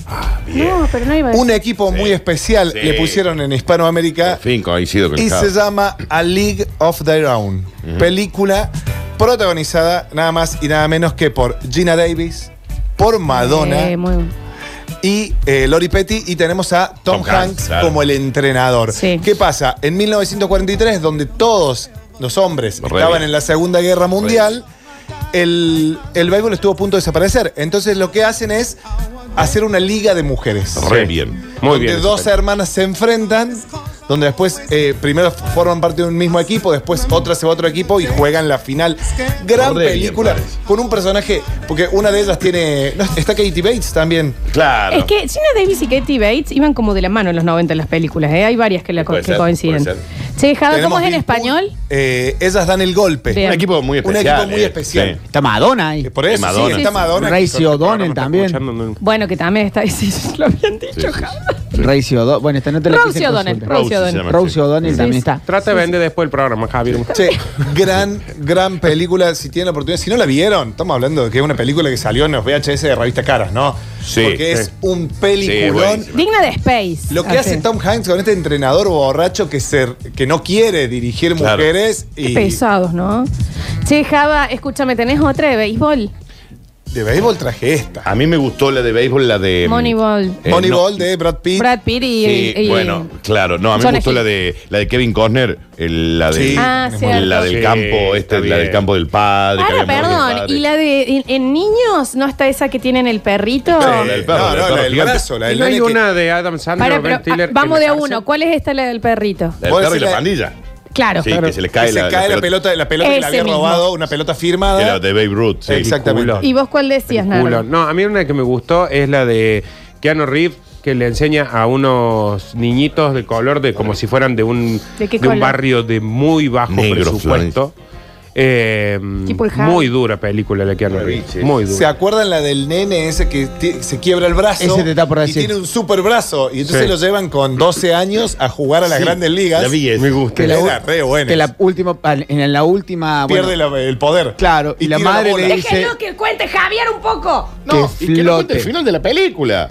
Speaker 4: No, pero no iba a decir.
Speaker 5: Un equipo muy especial
Speaker 6: Sí.
Speaker 5: le pusieron en Hispanoamérica.
Speaker 6: Por fin coincido con el
Speaker 5: Y
Speaker 6: Java.
Speaker 5: se llama A League of Their Own. Película protagonizada nada más y nada menos que por Gina Davis, por Madonna
Speaker 4: Eh, muy bueno.
Speaker 5: y eh, Lori Petty. Y tenemos a Tom,
Speaker 6: Tom Hanks,
Speaker 5: Hanks
Speaker 6: claro.
Speaker 5: como el entrenador.
Speaker 4: Sí.
Speaker 5: ¿Qué pasa? En 1943, donde todos los hombres
Speaker 6: Re
Speaker 5: estaban
Speaker 6: bien.
Speaker 5: en la Segunda Guerra Mundial, el, el béisbol estuvo a punto de desaparecer. Entonces lo que hacen es hacer una liga de mujeres
Speaker 6: Re bien.
Speaker 3: Muy
Speaker 5: donde
Speaker 3: bien. esa
Speaker 5: dos hermanas se enfrentan, donde después eh, primero forman parte de un mismo equipo, después otra se va a otro equipo y juegan la final. Gran
Speaker 6: Re bien,
Speaker 5: película
Speaker 6: parece.
Speaker 5: con un personaje, porque una de ellas tiene. no, está Katie Bates también.
Speaker 6: Claro.
Speaker 4: Es que Gina Davis y Katie Bates iban como de la mano en los 90 en las películas, ¿eh? Hay varias que, la co-
Speaker 6: Puede
Speaker 4: que
Speaker 6: ser,
Speaker 4: coinciden.
Speaker 6: puede ser.
Speaker 4: Che, Java, ¿cómo
Speaker 5: Tenemos
Speaker 4: es en
Speaker 5: Bill
Speaker 4: español?
Speaker 5: Pull, eh, ellas dan el golpe.
Speaker 4: Bien.
Speaker 6: un equipo muy
Speaker 5: Un
Speaker 6: especial.
Speaker 5: equipo muy
Speaker 6: eh.
Speaker 5: especial.
Speaker 6: Sí.
Speaker 8: Está Madonna ahí.
Speaker 5: Eh, Por eso,
Speaker 6: Madonna.
Speaker 5: sí, está Madonna.
Speaker 8: Ray O'Donnell
Speaker 3: Ahora me está
Speaker 8: también.
Speaker 3: escuchando, no-
Speaker 4: Bueno, que también está. Sí, sí, lo habían dicho,
Speaker 6: Sí, sí, sí.
Speaker 4: Java.
Speaker 8: Racy O'Donnell. Bueno, esta no te la
Speaker 9: Rosie
Speaker 8: quise
Speaker 9: O'Donnell.
Speaker 8: consultar.
Speaker 9: Rosie
Speaker 6: Rosie se
Speaker 9: O'Donnell.
Speaker 6: llama.
Speaker 8: Rosie O'Donnell
Speaker 9: Sí,
Speaker 8: también
Speaker 9: sí.
Speaker 8: está.
Speaker 3: Trata de vender después el programa, Javier.
Speaker 5: Che, gran, gran película. Si tienen la oportunidad, si no la vieron, estamos hablando de que es una película que salió en los VHS de revista Caras, ¿no?
Speaker 6: Sí.
Speaker 5: Porque es
Speaker 6: Sí.
Speaker 5: un
Speaker 6: Sí,
Speaker 5: peliculón.
Speaker 6: buenísima.
Speaker 9: Digna de Space.
Speaker 5: lo que
Speaker 4: Ah,
Speaker 5: hace Tom Hanks con este entrenador borracho que, se, que no quiere dirigir
Speaker 6: Claro.
Speaker 5: mujeres
Speaker 4: Qué
Speaker 5: y
Speaker 4: pesados, ¿no? Che, Java, escúchame, ¿tenés otra de béisbol?
Speaker 5: de béisbol traje esta.
Speaker 6: A mí me gustó la de béisbol, la de. mm,
Speaker 4: Moneyball.
Speaker 6: eh,
Speaker 5: Moneyball
Speaker 6: no,
Speaker 5: de Brad Pitt.
Speaker 4: Brad Pitt y...
Speaker 6: Sí,
Speaker 4: y-
Speaker 6: bueno, claro. No, a mí
Speaker 4: John
Speaker 6: me gustó
Speaker 4: F.
Speaker 6: la de, la de Kevin Costner, el- la, de,
Speaker 5: Sí.
Speaker 4: Ah, cierto.
Speaker 6: la del
Speaker 3: Sí, está
Speaker 6: campo, este, la del
Speaker 3: bien.
Speaker 6: campo del padre. que
Speaker 4: Ahora,
Speaker 6: había muerto el
Speaker 4: Ah, perdón,
Speaker 6: padre.
Speaker 4: ¿y la de en, en niños no está esa que tienen el perrito?
Speaker 5: No,
Speaker 6: la
Speaker 5: no,
Speaker 6: del perro, la del
Speaker 5: no,
Speaker 6: perro
Speaker 5: la del
Speaker 6: gigante.
Speaker 5: brazo, la
Speaker 3: ¿Y
Speaker 5: del
Speaker 3: no hay
Speaker 5: nene que-
Speaker 3: una de Adam Sandler,
Speaker 4: Para, pero,
Speaker 3: Ben Stiller
Speaker 4: ah, vamos
Speaker 3: en
Speaker 4: de
Speaker 3: la
Speaker 4: a
Speaker 3: cárcel?
Speaker 4: uno. ¿Cuál es esta la del perrito?
Speaker 6: La del
Speaker 5: Vos
Speaker 6: perro y
Speaker 5: decís
Speaker 6: la
Speaker 5: la-
Speaker 6: pandilla.
Speaker 4: Claro.
Speaker 6: Sí, que se le
Speaker 5: Que
Speaker 6: cae,
Speaker 5: se
Speaker 6: la,
Speaker 5: cae la pelota, la pelota que le
Speaker 4: Ese
Speaker 5: había
Speaker 4: mismo.
Speaker 5: robado, una pelota
Speaker 6: que era
Speaker 5: firmada.
Speaker 6: de Babe Ruth. sí.
Speaker 5: Exactamente.
Speaker 3: Peliculón.
Speaker 4: ¿Y vos cuál decías,
Speaker 3: Culo.
Speaker 4: Nardo?
Speaker 3: No, a mí una que me gustó es la de Keanu Reeves que le enseña a unos niñitos de color de como si fueran de un
Speaker 4: ¿De qué
Speaker 3: un
Speaker 4: color?
Speaker 3: barrio de muy bajo
Speaker 6: Negro,
Speaker 3: presupuesto. Eh,
Speaker 4: Tipo el Javi.
Speaker 3: muy dura película la de Keanu Reeves.
Speaker 6: Reviche.
Speaker 3: Muy
Speaker 5: ¿Se
Speaker 3: dura.
Speaker 5: acuerdan la del nene ese que ti- se quiebra el brazo?
Speaker 8: Ese te está por decir.
Speaker 5: Y tiene un super brazo. Y entonces
Speaker 3: Sí.
Speaker 5: lo llevan con 12 años a jugar a las
Speaker 6: Sí,
Speaker 5: grandes ligas.
Speaker 6: la vi esa.
Speaker 3: Me gusta.
Speaker 5: Que la- Era
Speaker 8: u-
Speaker 5: re buena.
Speaker 8: que la última, al- en la
Speaker 6: Ah,
Speaker 8: última. bueno,
Speaker 5: Pierde la- el poder.
Speaker 8: Claro, y la
Speaker 5: tira
Speaker 8: madre
Speaker 5: bola.
Speaker 8: le dice-
Speaker 4: Déjenlo que cuente Javier un poco.
Speaker 6: No,
Speaker 8: Que
Speaker 6: y que no cuente el
Speaker 8: flote.
Speaker 6: final de la película.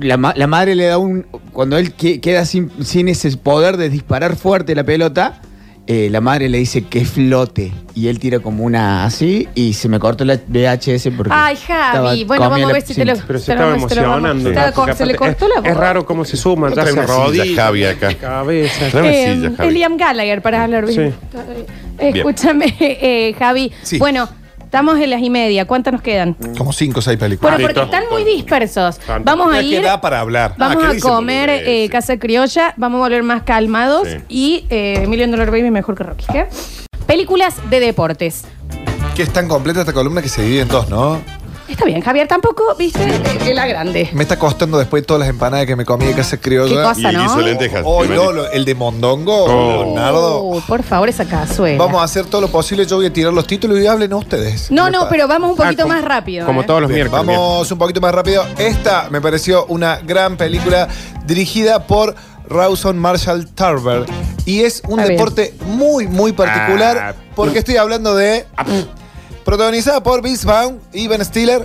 Speaker 8: La, ma- la madre le da un. Cuando él que- queda sin, sin ese poder de disparar fuerte la pelota, eh, la madre le dice que flote. Y él tira como una así y se me cortó la VHS porque.
Speaker 4: Ay,
Speaker 8: estaba
Speaker 4: Javi. Bueno,
Speaker 8: comida
Speaker 4: vamos a
Speaker 8: la-
Speaker 4: ver si te lo.
Speaker 8: sí.
Speaker 3: Pero se
Speaker 4: te lo
Speaker 3: estaba
Speaker 4: muestro, vamos.
Speaker 3: emocionando.
Speaker 4: Estaba
Speaker 3: Porque
Speaker 4: co- se le
Speaker 3: aparte
Speaker 4: cortó la
Speaker 3: es,
Speaker 4: voz.
Speaker 3: es raro cómo se suman, ya
Speaker 6: Trae
Speaker 3: se
Speaker 6: una silla,
Speaker 3: rodilla,
Speaker 6: Javi, acá.
Speaker 3: cabeza.
Speaker 6: Trae una
Speaker 4: Eh,
Speaker 6: silla, Javi.
Speaker 4: es Liam Gallagher para hablar bien. Eh, Escúchame, eh, Javi.
Speaker 5: Sí.
Speaker 4: Bueno, estamos en las y media. ¿Cuántas nos quedan?
Speaker 5: Como 5 o 6 películas.
Speaker 4: Bueno,
Speaker 3: Tanto.
Speaker 4: porque están muy dispersos.
Speaker 3: Tanto.
Speaker 4: Vamos a
Speaker 5: Ya que
Speaker 4: ir.
Speaker 5: da para hablar.
Speaker 4: Vamos
Speaker 6: Ah, ¿qué
Speaker 4: a
Speaker 6: dicen,
Speaker 4: comer
Speaker 6: boludo?
Speaker 4: eh,
Speaker 6: Sí.
Speaker 4: Casa Criolla, vamos a volver más calmados
Speaker 6: Sí.
Speaker 4: y eh, Emilio en Dollar Baby mejor que Rocky. ¿qué? Películas de deportes.
Speaker 5: Que es tan completa esta columna que se divide en dos, ¿no?
Speaker 4: Está bien, Javier, tampoco, viste, Eh, eh, la grande.
Speaker 5: Me está costando después todas las empanadas que me comí de casa criolla.
Speaker 4: Qué cosa.
Speaker 6: Y
Speaker 4: Pasa, ¿no?
Speaker 6: hizo lentejas.
Speaker 5: Oh, no, lo- el de Mondongo, Leonardo.
Speaker 4: Oh, por favor, esa cazuela.
Speaker 5: Vamos a hacer todo lo posible. Yo voy a tirar los títulos y hablen ustedes.
Speaker 4: no, no, pero vamos un poquito
Speaker 3: Ah, como-
Speaker 4: más rápido.
Speaker 3: Como
Speaker 4: eh.
Speaker 3: todos los
Speaker 5: Bien,
Speaker 3: miércoles.
Speaker 5: vamos un poquito más rápido. Esta me pareció una gran película dirigida por Rawson Marshall Tarver. Y es un
Speaker 4: Está bien.
Speaker 5: deporte muy, muy particular.
Speaker 3: Ah.
Speaker 5: porque estoy hablando de. Protagonizada por Vince Vaughn y Ben Stiller.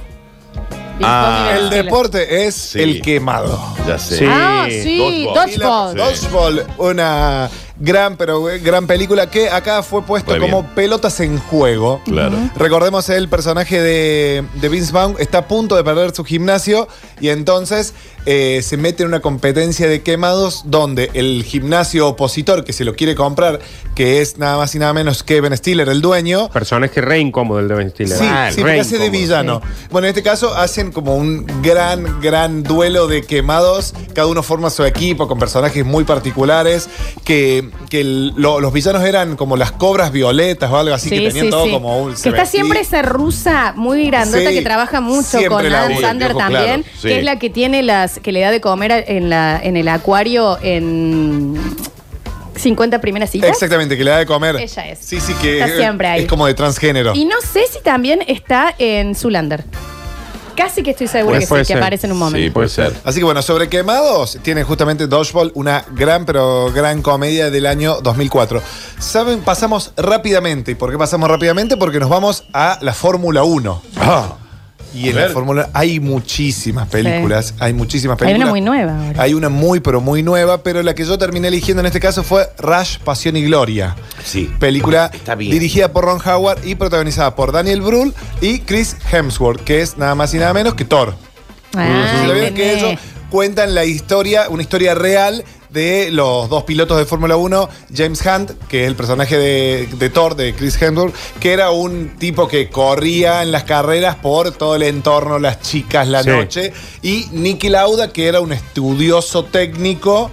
Speaker 4: Ping pong y
Speaker 6: Ah,
Speaker 4: la
Speaker 5: El
Speaker 4: cazuela.
Speaker 5: deporte es
Speaker 6: Sí.
Speaker 5: el quemado.
Speaker 6: Ya sé.
Speaker 3: Sí.
Speaker 4: Ah, sí,
Speaker 6: Dodgeball.
Speaker 5: Y la-
Speaker 4: Dodgeball.
Speaker 6: Sí.
Speaker 5: Dodgeball, una gran, pero eh, gran película que acá fue puesto
Speaker 6: Muy bien.
Speaker 5: como pelotas en juego.
Speaker 6: Claro.
Speaker 5: Recordemos el personaje de, de Vince Vaughn está a punto de perder su gimnasio y entonces eh, se mete en una competencia de quemados donde el gimnasio opositor que se lo quiere comprar, que es nada más y nada menos que Ben Stiller, el dueño.
Speaker 3: Personaje re incómodo el de Ben Stiller.
Speaker 5: Sí,
Speaker 3: Ah,
Speaker 5: sí,
Speaker 3: re
Speaker 5: porque hace de
Speaker 3: incómodo.
Speaker 5: villano. Bueno, en este caso hacen como un gran, gran duelo de quemados. Cada uno forma su equipo con personajes muy particulares. Que, que el- lo- los villanos eran como las cobras violetas o algo así, que tenían todo como un.
Speaker 4: Que está siempre esa rusa muy grandota
Speaker 5: Sí,
Speaker 4: que trabaja mucho
Speaker 5: siempre
Speaker 4: con
Speaker 5: la
Speaker 4: Adam
Speaker 5: usa,
Speaker 4: Sander
Speaker 6: ojo, claro,
Speaker 4: también,
Speaker 6: sí.
Speaker 4: que es la que tiene las que le da de comer a- en la en el acuario en 50 primeras citas.
Speaker 5: Exactamente, que le da de comer.
Speaker 4: Ella es.
Speaker 5: Sí, sí, que
Speaker 4: Está siempre ahí.
Speaker 5: es como de transgénero.
Speaker 4: Y no sé si también está en Zulander. Casi que estoy segura
Speaker 3: Pues
Speaker 4: que
Speaker 3: puede
Speaker 4: sí, que
Speaker 3: ser.
Speaker 4: aparece en un
Speaker 6: Sí,
Speaker 4: momento.
Speaker 6: puede ser.
Speaker 5: Así que bueno, sobre quemados, tiene justamente Dodgeball, una gran pero gran comedia del año 2004. Saben, pasamos rápidamente. ¿Y por qué pasamos rápidamente? Porque nos vamos a la Fórmula 1. Y
Speaker 6: Ah. A
Speaker 5: en
Speaker 6: ver.
Speaker 5: la Fórmula hay muchísimas películas, hay muchísimas
Speaker 4: Hay
Speaker 5: películas.
Speaker 4: una muy nueva ahora.
Speaker 5: Hay una muy, pero muy nueva, pero la que yo terminé eligiendo en este caso fue Rush, Pasión y Gloria.
Speaker 6: Sí.
Speaker 5: Película
Speaker 6: Está bien.
Speaker 5: dirigida por Ron Howard y protagonizada por Daniel Brühl y Chris Hemsworth, que es nada más y nada menos que Thor.
Speaker 4: Ay,
Speaker 5: Si lo vieron, que
Speaker 4: nene.
Speaker 5: ellos cuentan la historia, una historia real de los dos pilotos de Fórmula 1, James Hunt, que es el personaje de, de Thor, de Chris Hemsworth, que era un tipo que corría en las carreras por todo el entorno, las chicas, la
Speaker 3: Sí.
Speaker 5: noche, y Nicky Lauda, que era un estudioso técnico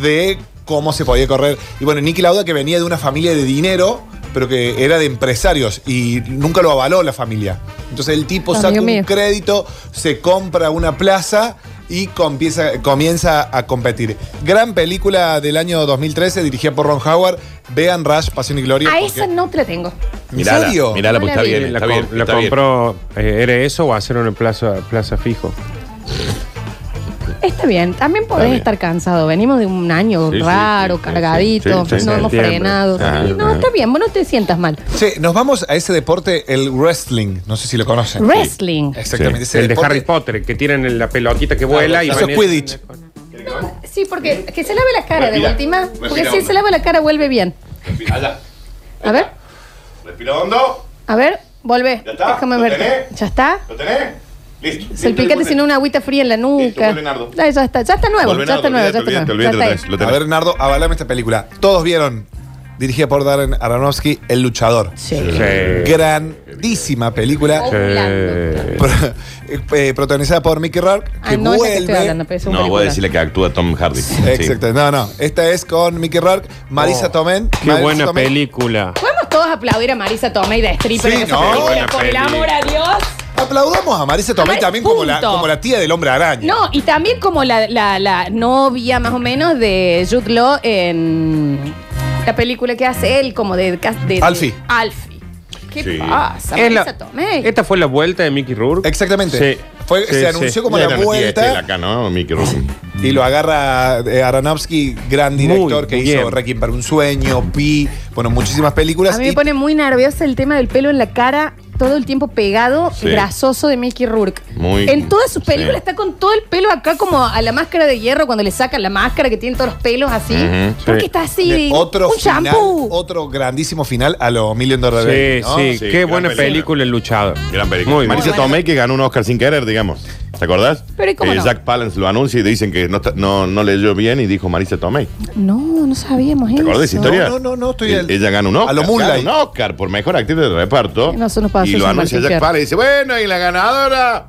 Speaker 5: de cómo se podía correr. Y bueno, Nicky Lauda que venía de una familia de dinero, pero que era de empresarios y nunca lo avaló la familia. Entonces el tipo saca
Speaker 4: Amigo
Speaker 5: un
Speaker 4: mío.
Speaker 5: crédito, se compra una plaza y comienza, comienza a competir. Gran película del año 2013 dirigida por Ron Howard. Vean Rush, Pasión y Gloria.
Speaker 4: A
Speaker 5: porque-
Speaker 4: esa no te la tengo.
Speaker 5: ¿En
Speaker 6: Mirala,
Speaker 5: serio?
Speaker 6: mirala,
Speaker 4: No
Speaker 6: pues está
Speaker 4: la vi.
Speaker 6: bien,
Speaker 3: La,
Speaker 6: está
Speaker 3: com-
Speaker 6: bien.
Speaker 3: la
Speaker 6: está bien.
Speaker 3: compró, eh, ¿era eso o hacer una plaza, plaza fijo?
Speaker 4: Está bien, también podés
Speaker 6: Está bien.
Speaker 4: estar cansado. Venimos de un año
Speaker 6: Sí, sí,
Speaker 4: raro,
Speaker 6: sí, sí,
Speaker 4: cargadito,
Speaker 6: sí, Ah, sí, sí,
Speaker 4: no hemos
Speaker 3: septiembre.
Speaker 4: frenado.
Speaker 6: Ajá,
Speaker 4: Y no,
Speaker 6: ajá.
Speaker 4: está bien, vos no te sientas mal.
Speaker 5: Che, nos vamos a ese deporte, el wrestling. No sé si lo conocen.
Speaker 4: Wrestling.
Speaker 6: Eh.
Speaker 5: Exactamente. ese
Speaker 3: El de
Speaker 5: deporte-
Speaker 3: Harry Potter, que tienen la pelotita que vuela y
Speaker 5: Ah, Eso
Speaker 3: van
Speaker 5: es
Speaker 3: en-
Speaker 5: Quidditch.
Speaker 4: Sí, porque que se lave la cara de
Speaker 6: Respira.
Speaker 4: última. Porque
Speaker 6: Respira
Speaker 4: si
Speaker 6: hondo.
Speaker 4: se lava la cara vuelve bien.
Speaker 6: Respira, allá.
Speaker 4: A ver,
Speaker 6: Respira hondo.
Speaker 4: a ver, vuelve.
Speaker 6: Ya está,
Speaker 4: Déjame
Speaker 6: lo
Speaker 4: ver.
Speaker 6: tenés.
Speaker 4: ¿Ya está?
Speaker 6: ¿Lo tenés? Listo.
Speaker 4: Salpicate sin una agüita fría en la
Speaker 6: Listo,
Speaker 4: nuca.
Speaker 6: vuelve, Nardo.
Speaker 4: Ya, ya está, ya está nuevo,
Speaker 6: Volve,
Speaker 4: ya
Speaker 6: Nardo,
Speaker 4: está nuevo,
Speaker 6: olvídate,
Speaker 4: ya está
Speaker 6: olvídate,
Speaker 4: nuevo. Ya
Speaker 6: olvídate,
Speaker 4: está
Speaker 6: lo tenés, lo
Speaker 4: ahí.
Speaker 5: A
Speaker 6: tenés.
Speaker 5: ver, Nardo, avalame esta película. Todos vieron, dirigida por Darren Aronofsky, El Luchador.
Speaker 4: Sí.
Speaker 3: Sí.
Speaker 5: Grandísima película.
Speaker 4: Ovulando.
Speaker 5: pro- eh, protagonizada por Mickey Rourke. Que
Speaker 4: Ah, no es la que estoy
Speaker 5: vuelve-
Speaker 4: hablando, pero es un
Speaker 6: No, voy a
Speaker 4: película.
Speaker 6: decirle que actúa Tom Hardy.
Speaker 5: Exacto, no, no. Esta es con Mickey Rourke, Marisa Tomén.
Speaker 3: Oh, Qué
Speaker 5: Marisa
Speaker 3: buena
Speaker 5: Tomei.
Speaker 3: película.
Speaker 4: ¿Podemos todos aplaudir a Marisa Tomei de stripper
Speaker 5: Sí,
Speaker 4: en esa
Speaker 5: no,
Speaker 4: película?
Speaker 3: buena
Speaker 4: Por el
Speaker 3: peli.
Speaker 4: amor a Dios.
Speaker 5: Aplaudamos a Marisa Tomei
Speaker 4: ver,
Speaker 5: también como la,
Speaker 4: punto.
Speaker 5: como la tía del hombre araña.
Speaker 4: No, y también como la, la- la novia más o menos de Jude Law en la película que hace él, como de... de- de-
Speaker 5: Alfie.
Speaker 4: Alfie. ¿Qué
Speaker 6: Sí.
Speaker 4: pasa?
Speaker 3: Es la-
Speaker 4: Marisa Tomei.
Speaker 3: esta fue la vuelta de Mickey Rourke.
Speaker 5: Exactamente.
Speaker 3: Sí,
Speaker 5: Fue-
Speaker 3: sí,
Speaker 5: se
Speaker 3: sí.
Speaker 5: anunció como
Speaker 6: Bueno,
Speaker 5: la
Speaker 6: no tiene
Speaker 5: vuelta
Speaker 6: estela acá, ¿no? Mickey Rourke.
Speaker 5: y lo agarra eh, Aronofsky, gran director
Speaker 3: Muy
Speaker 5: que hizo
Speaker 3: bien.
Speaker 5: Requiem para un sueño, Pi, bueno, muchísimas películas.
Speaker 4: A mí me
Speaker 5: y-
Speaker 4: pone muy nerviosa el tema del pelo en la cara, todo el tiempo pegado,
Speaker 6: Sí.
Speaker 4: grasoso de Mickey Rourke.
Speaker 6: Muy-
Speaker 4: en todas sus películas
Speaker 6: sí.
Speaker 4: está con todo el pelo acá como a la máscara de hierro cuando le sacan la máscara que tiene todos los pelos así.
Speaker 6: Ujú,
Speaker 4: Porque
Speaker 3: sí.
Speaker 4: está
Speaker 5: de
Speaker 4: así.
Speaker 5: otro
Speaker 4: un
Speaker 5: final,
Speaker 4: shampoo.
Speaker 5: otro grandísimo final a los Million Dollar
Speaker 3: Sí,
Speaker 5: Baby, ¿no?
Speaker 3: sí,
Speaker 6: Sí,
Speaker 3: qué
Speaker 6: gran
Speaker 3: buena
Speaker 6: película.
Speaker 3: película. El Luchador.
Speaker 6: Gran película.
Speaker 3: Muy
Speaker 6: Marisa
Speaker 3: bien.
Speaker 4: Bueno.
Speaker 6: Tomei que ganó un Oscar sin querer, digamos. ¿Te acordás?
Speaker 4: Pero, ¿y cómo
Speaker 6: Eh,
Speaker 4: no?
Speaker 6: Jack Palance lo anuncia y dicen que no, está- no, no leyó bien y dijo Marisa Tomei.
Speaker 4: No, no sabíamos
Speaker 6: ¿Te
Speaker 4: eso.
Speaker 6: acordás de esa historia?
Speaker 5: No, no, no, no, estoy
Speaker 6: E-
Speaker 5: al-
Speaker 6: Ella gana un Oscar.
Speaker 5: a lo
Speaker 6: gana
Speaker 5: Moonlight.
Speaker 6: un Oscar por mejor actriz de reparto.
Speaker 4: No, eso nos pasó,
Speaker 6: Y lo
Speaker 4: San
Speaker 6: anuncia
Speaker 4: Martín
Speaker 6: Jack
Speaker 4: Fierro.
Speaker 6: Palance y dice, bueno, y la ganadora,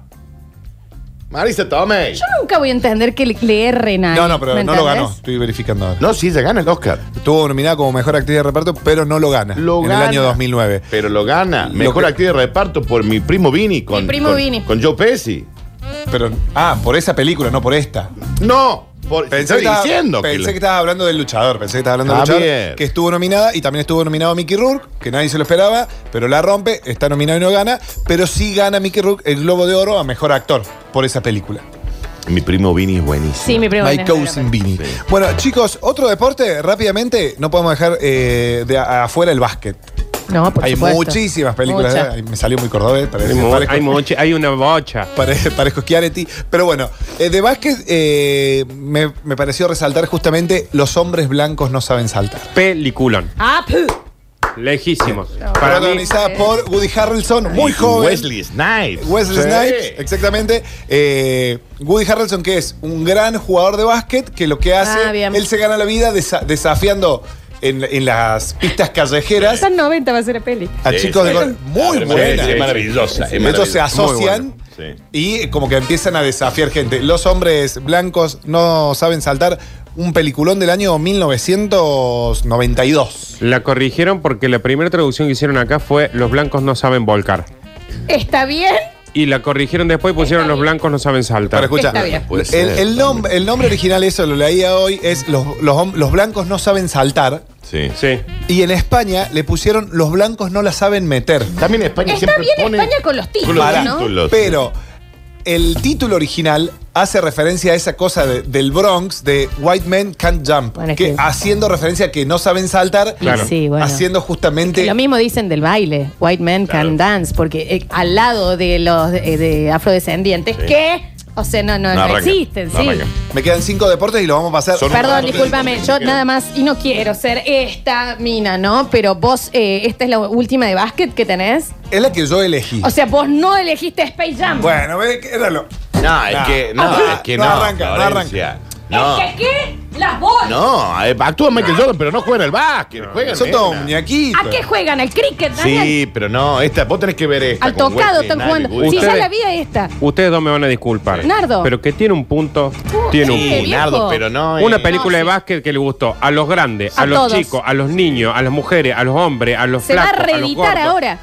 Speaker 6: Marisa Tomei.
Speaker 4: Yo nunca voy a entender que le, le erren a
Speaker 5: No,
Speaker 4: él,
Speaker 5: no, pero
Speaker 4: ¿me
Speaker 5: no lo
Speaker 4: entendés?
Speaker 5: ganó, estoy verificando ahora.
Speaker 6: No, sí, ella gana el Oscar.
Speaker 5: Estuvo nominada como mejor actriz de reparto, pero no lo gana.
Speaker 6: Lo
Speaker 5: en
Speaker 6: gana.
Speaker 5: el año 2009.
Speaker 6: Pero lo gana. Mejor
Speaker 5: que-
Speaker 6: actriz de reparto por mi primo Vini. Con,
Speaker 4: Mi primo
Speaker 6: con-
Speaker 4: Vini.
Speaker 6: Con Joe Pesci.
Speaker 5: Pero, ah, por esa película, no por esta.
Speaker 6: No, por, estoy
Speaker 5: estaba-
Speaker 6: diciendo
Speaker 5: pensé
Speaker 6: que
Speaker 5: que estabas hablando del luchador, pensé que estabas hablando del
Speaker 6: Está
Speaker 5: luchador.
Speaker 6: bien.
Speaker 5: Que estuvo nominada y también estuvo nominado Mickey Rourke, que nadie se lo esperaba, pero la rompe, está nominado y no gana, pero sí gana Mickey Rourke el Globo de Oro a Mejor Actor por esa película.
Speaker 6: Mi primo Vini es buenísimo.
Speaker 4: Sí, mi primo.
Speaker 5: My Cousin Vinny. Bueno, chicos, otro deporte, rápidamente, no podemos dejar eh, de a- afuera el básquet.
Speaker 4: No, por
Speaker 5: Hay
Speaker 4: supuesto.
Speaker 5: muchísimas películas,
Speaker 4: Muchas.
Speaker 5: Ay, me salió muy cordobés,
Speaker 3: Hay,
Speaker 5: parece.
Speaker 3: mo-
Speaker 5: parezco-
Speaker 3: hay moche- hay una bocha.
Speaker 5: Pare- Parezco Schiaretti. Pero bueno, eh, de básquet eh, me, me pareció resaltar justamente los hombres blancos no saben saltar.
Speaker 3: Peliculón.
Speaker 4: Ah, puh.
Speaker 3: Lejísimos. Para mí,
Speaker 5: Protagonizada por Woody Harrelson, muy joven.
Speaker 6: Wesley Snipes.
Speaker 5: Wesley
Speaker 6: Sí.
Speaker 5: Snipes, exactamente. Eh, Woody Harrelson, que es un gran jugador de básquet, que lo que hace,
Speaker 4: Ah, bien.
Speaker 5: él se gana la vida desa- desafiando en, en las pistas callejeras
Speaker 4: Hasta 90 va a ser la peli.
Speaker 5: a
Speaker 6: Sí,
Speaker 5: chicos
Speaker 6: sí, sí.
Speaker 5: de... col- Muy
Speaker 6: Sí,
Speaker 5: buena.
Speaker 6: sí, Es maravillosa. es
Speaker 5: Ellos se
Speaker 6: maravillosa.
Speaker 5: asocian
Speaker 6: Muy buena. Sí.
Speaker 5: y como que empiezan a desafiar gente. Los hombres blancos no saben saltar. Un peliculón del año 1992.
Speaker 3: la corrigieron porque la primera traducción que hicieron acá fue Los blancos no saben volcar.
Speaker 4: ¿Está bien?
Speaker 3: Y la corrigieron después y pusieron Los blancos no saben saltar.
Speaker 5: Para escuchar.
Speaker 4: Está bien.
Speaker 6: Puede
Speaker 5: El,
Speaker 6: ser,
Speaker 5: el nom- el nombre original, eso lo leía hoy, es los, los hom- los blancos no saben saltar.
Speaker 6: Sí.
Speaker 3: Sí.
Speaker 5: Y en España le pusieron los blancos no la saben meter.
Speaker 6: También España
Speaker 4: Está
Speaker 6: siempre
Speaker 4: bien
Speaker 6: pone...
Speaker 4: España con los títulos,
Speaker 6: Pará.
Speaker 4: ¿no?
Speaker 6: títulos.
Speaker 5: Pero el título original hace referencia a esa cosa de- del Bronx de White Men Can't Jump.
Speaker 4: Bueno, es
Speaker 5: que,
Speaker 4: que-
Speaker 5: haciendo referencia a que no saben saltar,
Speaker 3: Claro.
Speaker 4: Sí, bueno.
Speaker 5: haciendo justamente.
Speaker 4: Y Lo mismo dicen del baile, White Men Can Dance, porque eh, al lado de los eh, de afrodescendientes,
Speaker 6: Sí.
Speaker 4: que, o sea, no, no,
Speaker 6: No
Speaker 4: no
Speaker 6: arranca,
Speaker 4: existen,
Speaker 6: no
Speaker 4: sí.
Speaker 6: arranca.
Speaker 5: Me quedan cinco deportes y lo vamos a pasar.
Speaker 6: Son-
Speaker 4: Perdón,
Speaker 6: No, no,
Speaker 4: discúlpame,
Speaker 6: no,
Speaker 4: yo
Speaker 6: no,
Speaker 4: nada más, y no quiero ser esta mina, ¿no? Pero vos, eh, esta es la última de básquet que tenés.
Speaker 5: Es la que yo elegí.
Speaker 4: O sea, vos no elegiste Space Jam.
Speaker 5: bueno, ve, que era lo-
Speaker 6: No, es que no, es que no.
Speaker 5: No arranca, no
Speaker 6: Florencia.
Speaker 4: Es que qué? Las bolas.
Speaker 6: No, eh, actúa Michael Jordan, pero no juega en el básquet, juega en
Speaker 5: Son
Speaker 6: nena.
Speaker 5: todos muñequitos.
Speaker 4: ¿A Ah, qué juegan? ¿Al cricket, Daniel?
Speaker 6: Sí, pero no, esta, vos tenés que ver esta.
Speaker 4: Al
Speaker 6: con
Speaker 4: tocado
Speaker 6: Wesley
Speaker 4: están
Speaker 6: Snipes,
Speaker 4: jugando.
Speaker 6: Woody
Speaker 4: Sí, ya
Speaker 3: Ustedes-
Speaker 4: la vi a esta.
Speaker 3: Ustedes dos me van a disculpar.
Speaker 4: Nardo.
Speaker 3: Pero que tiene un punto, tiene un
Speaker 4: Uh, Sí,
Speaker 3: punto.
Speaker 6: Sí,
Speaker 4: viejo.
Speaker 6: Nardo, pero no. eh.
Speaker 3: Una película
Speaker 4: No,
Speaker 3: de
Speaker 4: sí.
Speaker 3: básquet que le gustó a los grandes, a,
Speaker 4: A
Speaker 3: los
Speaker 4: todos.
Speaker 3: chicos, a los niños, a las mujeres, a los hombres, a los
Speaker 4: Se va a
Speaker 3: flacos, a los
Speaker 4: reeditar
Speaker 3: gordos.
Speaker 4: ahora.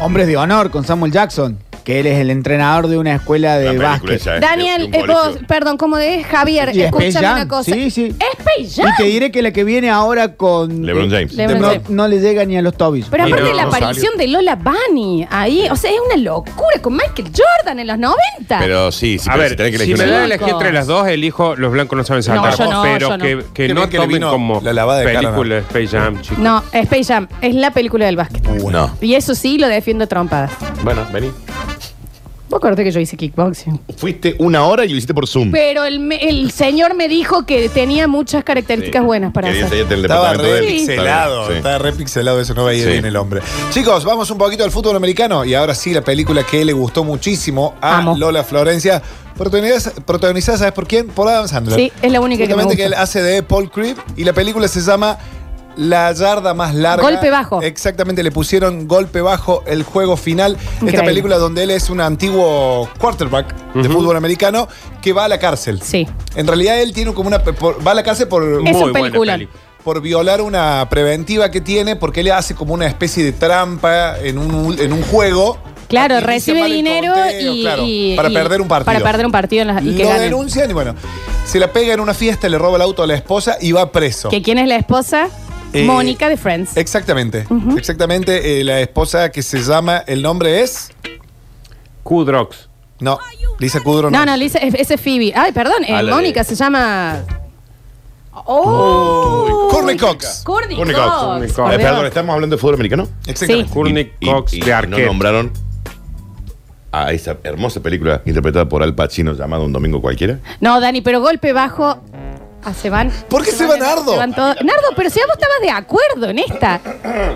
Speaker 8: Hombres de honor con Samuel Jackson. que él es el entrenador de una escuela de
Speaker 6: Una película
Speaker 8: básquet.
Speaker 6: esa, eh, de
Speaker 4: Daniel,
Speaker 6: un
Speaker 4: eh, vos,
Speaker 6: colegio.
Speaker 4: perdón, ¿cómo es? Javier,
Speaker 8: Y es Space
Speaker 4: escúchame
Speaker 8: Jam,
Speaker 4: una cosa.
Speaker 8: sí, sí.
Speaker 4: Es Space Jam.
Speaker 8: Y te diré que la que viene ahora con.
Speaker 6: LeBron James.
Speaker 4: LeBron
Speaker 8: no,
Speaker 4: James.
Speaker 8: no le llega ni a los tobillos.
Speaker 4: Pero
Speaker 6: Y
Speaker 4: aparte
Speaker 6: no,
Speaker 4: la
Speaker 6: no
Speaker 4: aparición de Lola Bunny ahí, o sea, es una locura con Michael Jordan en los 90.
Speaker 6: Pero sí, sí,
Speaker 3: a
Speaker 6: pero
Speaker 3: ver,
Speaker 6: si tenés que
Speaker 3: si
Speaker 6: elegir
Speaker 3: me
Speaker 6: una-
Speaker 3: da a
Speaker 4: Chicos.
Speaker 3: elegir entre las dos, elijo Los Blancos No Saben Saltar.
Speaker 4: yo no,
Speaker 3: pero
Speaker 4: yo no.
Speaker 3: que, que
Speaker 5: Qué
Speaker 3: no
Speaker 5: bien que le
Speaker 3: tomen
Speaker 5: vino
Speaker 3: como
Speaker 5: la lavada de cara,
Speaker 3: película de Space Jam, chicos.
Speaker 4: No, Space Jam es la película del básquet.
Speaker 6: No.
Speaker 4: Y eso sí lo defiendo a trompadas.
Speaker 6: Bueno, vení.
Speaker 4: Vos acordate que yo hice kickboxing.
Speaker 6: Fuiste una hora y lo hiciste por Zoom.
Speaker 4: Pero el, me- el señor me dijo que tenía muchas características buenas para
Speaker 6: Quería
Speaker 4: hacer.
Speaker 6: enseñarte el
Speaker 5: Estaba
Speaker 6: departamento de él.
Speaker 5: repixelado,
Speaker 6: Sí.
Speaker 5: estaba repixelado eso, no veía
Speaker 6: Sí.
Speaker 5: bien el hombre. Chicos, vamos un poquito al fútbol americano y ahora sí la película que le gustó muchísimo a
Speaker 4: Amo.
Speaker 5: Lola Florencia, protagonizada, protagonizada, ¿sabes por quién? Por Adam Sandler.
Speaker 4: Sí, es la única que me
Speaker 5: Justamente
Speaker 4: gusta.
Speaker 5: que él hace de Paul Creed y la película se llama La yarda más larga.
Speaker 4: Golpe bajo.
Speaker 5: Exactamente, le pusieron golpe bajo el juego final. Esta
Speaker 4: Increíble.
Speaker 5: película donde él es un antiguo quarterback de fútbol americano que va a la cárcel.
Speaker 4: Sí.
Speaker 5: En realidad él tiene como una... por- va a la cárcel por
Speaker 4: Es
Speaker 3: Muy
Speaker 4: un
Speaker 3: buena
Speaker 4: peliculón.
Speaker 3: película.
Speaker 5: por violar una preventiva que tiene porque él hace como una especie de trampa en un, en un juego.
Speaker 4: Claro,
Speaker 5: Inicia
Speaker 4: recibe
Speaker 5: mal el
Speaker 4: dinero
Speaker 5: conteo,
Speaker 4: y,
Speaker 5: claro,
Speaker 4: y-
Speaker 5: Para
Speaker 4: y-
Speaker 5: perder un partido.
Speaker 4: Para perder un partido en la- y que
Speaker 5: Lo
Speaker 4: gane.
Speaker 5: denuncian y bueno, se la pega en una fiesta, le roba el auto a la esposa y va preso.
Speaker 4: Que quién es la esposa?
Speaker 5: Eh,
Speaker 4: Mónica de Friends.
Speaker 5: Exactamente, exactamente. eh, la esposa que se llama, el nombre es...
Speaker 3: Q-Drox.
Speaker 5: No, Lisa Kudrow.
Speaker 4: No, no, le dice- es- ese es Phoebe. Ay, perdón, eh,
Speaker 6: A la de-
Speaker 4: Mónica se llama. ¡Oh!
Speaker 5: Courtney Cox.
Speaker 4: Courtney
Speaker 6: Courtney
Speaker 4: Cox.
Speaker 6: Cox,
Speaker 3: Courtney Cox.
Speaker 4: por
Speaker 6: Eh,
Speaker 4: Dios.
Speaker 6: perdón, ¿estamos hablando de fútbol americano?
Speaker 5: Exactamente.
Speaker 4: Sí.
Speaker 3: Courtney
Speaker 6: Y-
Speaker 3: Cox
Speaker 6: y- y
Speaker 3: de Arquette.
Speaker 6: No nombraron a esa hermosa película interpretada por Al Pacino llamada Un Domingo Cualquiera.
Speaker 4: No, Dani, pero golpe bajo. Ah, se van.
Speaker 5: ¿Por qué se va Nardo?
Speaker 4: Se van todos. Nardo, pero si vos estabas de acuerdo en esta.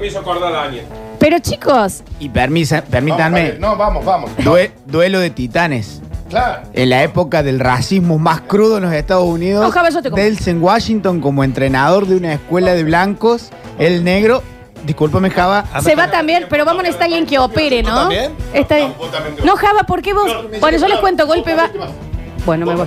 Speaker 3: Me hizo acordar a Daniel.
Speaker 4: Pero chicos,
Speaker 8: Y permisa- permítanme.
Speaker 6: No, vamos, vamos.
Speaker 8: due- duelo de titanes.
Speaker 6: Claro.
Speaker 8: En la época del racismo más crudo en los Estados Unidos,
Speaker 4: No, Java, yo te como.
Speaker 8: Delsen Washington como entrenador de una escuela de blancos, el negro, discúlpame Java,
Speaker 5: Ah,
Speaker 4: se va también, pero vamos a necesitar alguien que opere, ¿no?
Speaker 5: también?
Speaker 4: Está bien.
Speaker 6: No, vos también te vas.
Speaker 4: No, Java, ¿por qué vos? Bueno, yo les cuento, golpe bajo. Bueno, me voy.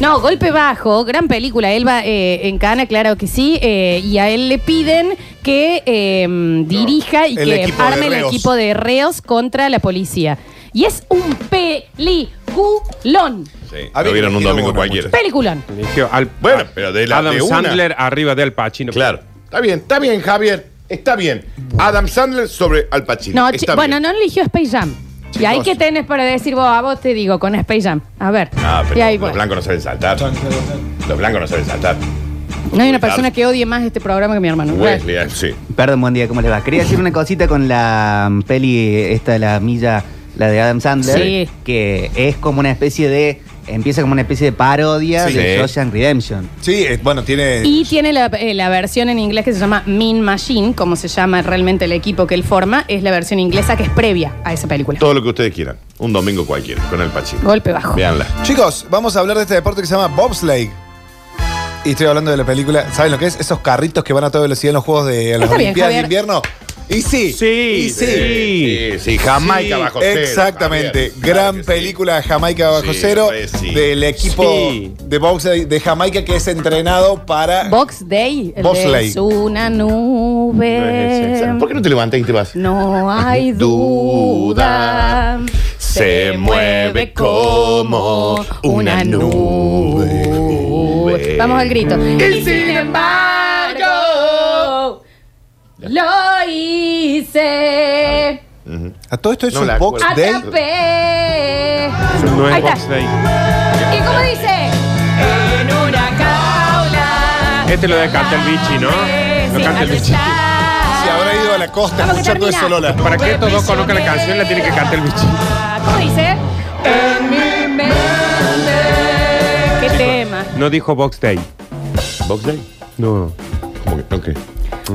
Speaker 4: No, golpe bajo, gran película. Él va eh, en Cana, claro que sí. eh, y a él le piden que eh, dirija y
Speaker 5: el
Speaker 4: que
Speaker 5: equipo de
Speaker 4: arme el
Speaker 5: reos.
Speaker 4: equipo de reos contra la policía. Y es un peliculón.
Speaker 6: Sí,
Speaker 5: A mí
Speaker 6: lo vieron
Speaker 5: me
Speaker 6: un
Speaker 5: queda
Speaker 6: domingo
Speaker 5: una,
Speaker 6: cualquiera.
Speaker 4: Peliculón.
Speaker 3: Eligió al-
Speaker 6: Bueno, pero de la-
Speaker 3: Adam
Speaker 6: de una.
Speaker 3: Sandler arriba de Al Pacino.
Speaker 6: Claro. Está bien, está bien, Javier. Está bien. Adam Sandler sobre Al Pacino.
Speaker 4: No,
Speaker 6: está
Speaker 4: chi- bueno,
Speaker 6: bien.
Speaker 4: no eligió Space Jam. Y ahí
Speaker 5: Chicos.
Speaker 4: que tenés para decir vos, a vos te digo, con Space Jam. A ver.
Speaker 6: Ah, pero
Speaker 4: Y ahí,
Speaker 6: los
Speaker 4: bueno.
Speaker 6: blancos no saben saltar. Los blancos no saben saltar.
Speaker 4: No hay una persona que odie más este programa que mi hermano.
Speaker 6: Wesley, ah, sí.
Speaker 7: Perdón, buen día, ¿cómo les va? Quería decir una cosita con la mm, peli, esta, la milla, la de Adam Sandler,
Speaker 4: Sí.
Speaker 7: que es como una especie de, empieza como una especie de parodia
Speaker 6: Sí.
Speaker 7: de
Speaker 6: Sí.
Speaker 7: Shawshank Redemption.
Speaker 5: Sí, eh, bueno, tiene...
Speaker 4: Y tiene la, eh, la versión en inglés que se llama Mean Machine, como se llama realmente el equipo que él forma, es la versión inglesa que es previa a esa película.
Speaker 6: Todo lo que ustedes quieran. Un domingo cualquiera, con Al Pacino.
Speaker 4: Golpe bajo.
Speaker 6: Veanla.
Speaker 5: Chicos, vamos a hablar de este deporte que se llama bobsleigh. Y estoy hablando de la película, ¿saben lo que es? Esos carritos que van a toda velocidad en los juegos de en las
Speaker 4: Está bien,
Speaker 5: Olimpiadas de
Speaker 4: Javier.
Speaker 5: invierno. Y sí.
Speaker 3: Sí,
Speaker 5: Y sí.
Speaker 6: Sí, sí, Jamaica
Speaker 3: Sí,
Speaker 6: bajo cero.
Speaker 5: Exactamente.
Speaker 6: Javier.
Speaker 5: Gran
Speaker 6: Claro que sí.
Speaker 5: película Jamaica bajo
Speaker 6: Sí,
Speaker 5: cero
Speaker 6: re sí.
Speaker 5: del equipo
Speaker 3: Sí.
Speaker 5: de bobsleigh de Jamaica que es entrenado para
Speaker 4: Box Day. el
Speaker 5: Bosley.
Speaker 4: de Es una nube.
Speaker 6: ¿Por qué no te levantas y te vas?
Speaker 4: Eh, No hay duda.
Speaker 6: Se mueve como una nube.
Speaker 4: Vamos al grito.
Speaker 6: Y sin
Speaker 4: embargo, lo hice.
Speaker 6: Ujú.
Speaker 5: A todo esto es
Speaker 6: No
Speaker 5: un
Speaker 6: la
Speaker 5: bobsleigh.
Speaker 4: Atrapé.
Speaker 3: No es
Speaker 4: Ahí está.
Speaker 3: Box Day.
Speaker 4: ¿Y cómo dice? En una caula.
Speaker 3: Este lo de canta el bichi, ¿no? Lo canta el bichi.
Speaker 5: Si habrá ido a la costa
Speaker 4: Vamos que
Speaker 5: escuchando eso,
Speaker 4: termina.
Speaker 5: Lola.
Speaker 3: Para que estos dos conozcan la canción, la tiene que cantar el bichi.
Speaker 4: pues, ¿Cómo dice? En mi mente. ¿Qué
Speaker 3: pues.
Speaker 4: tema?
Speaker 3: No dijo Box Day.
Speaker 6: ¿Box Day?
Speaker 3: No.
Speaker 6: ¿Cómo que? ok.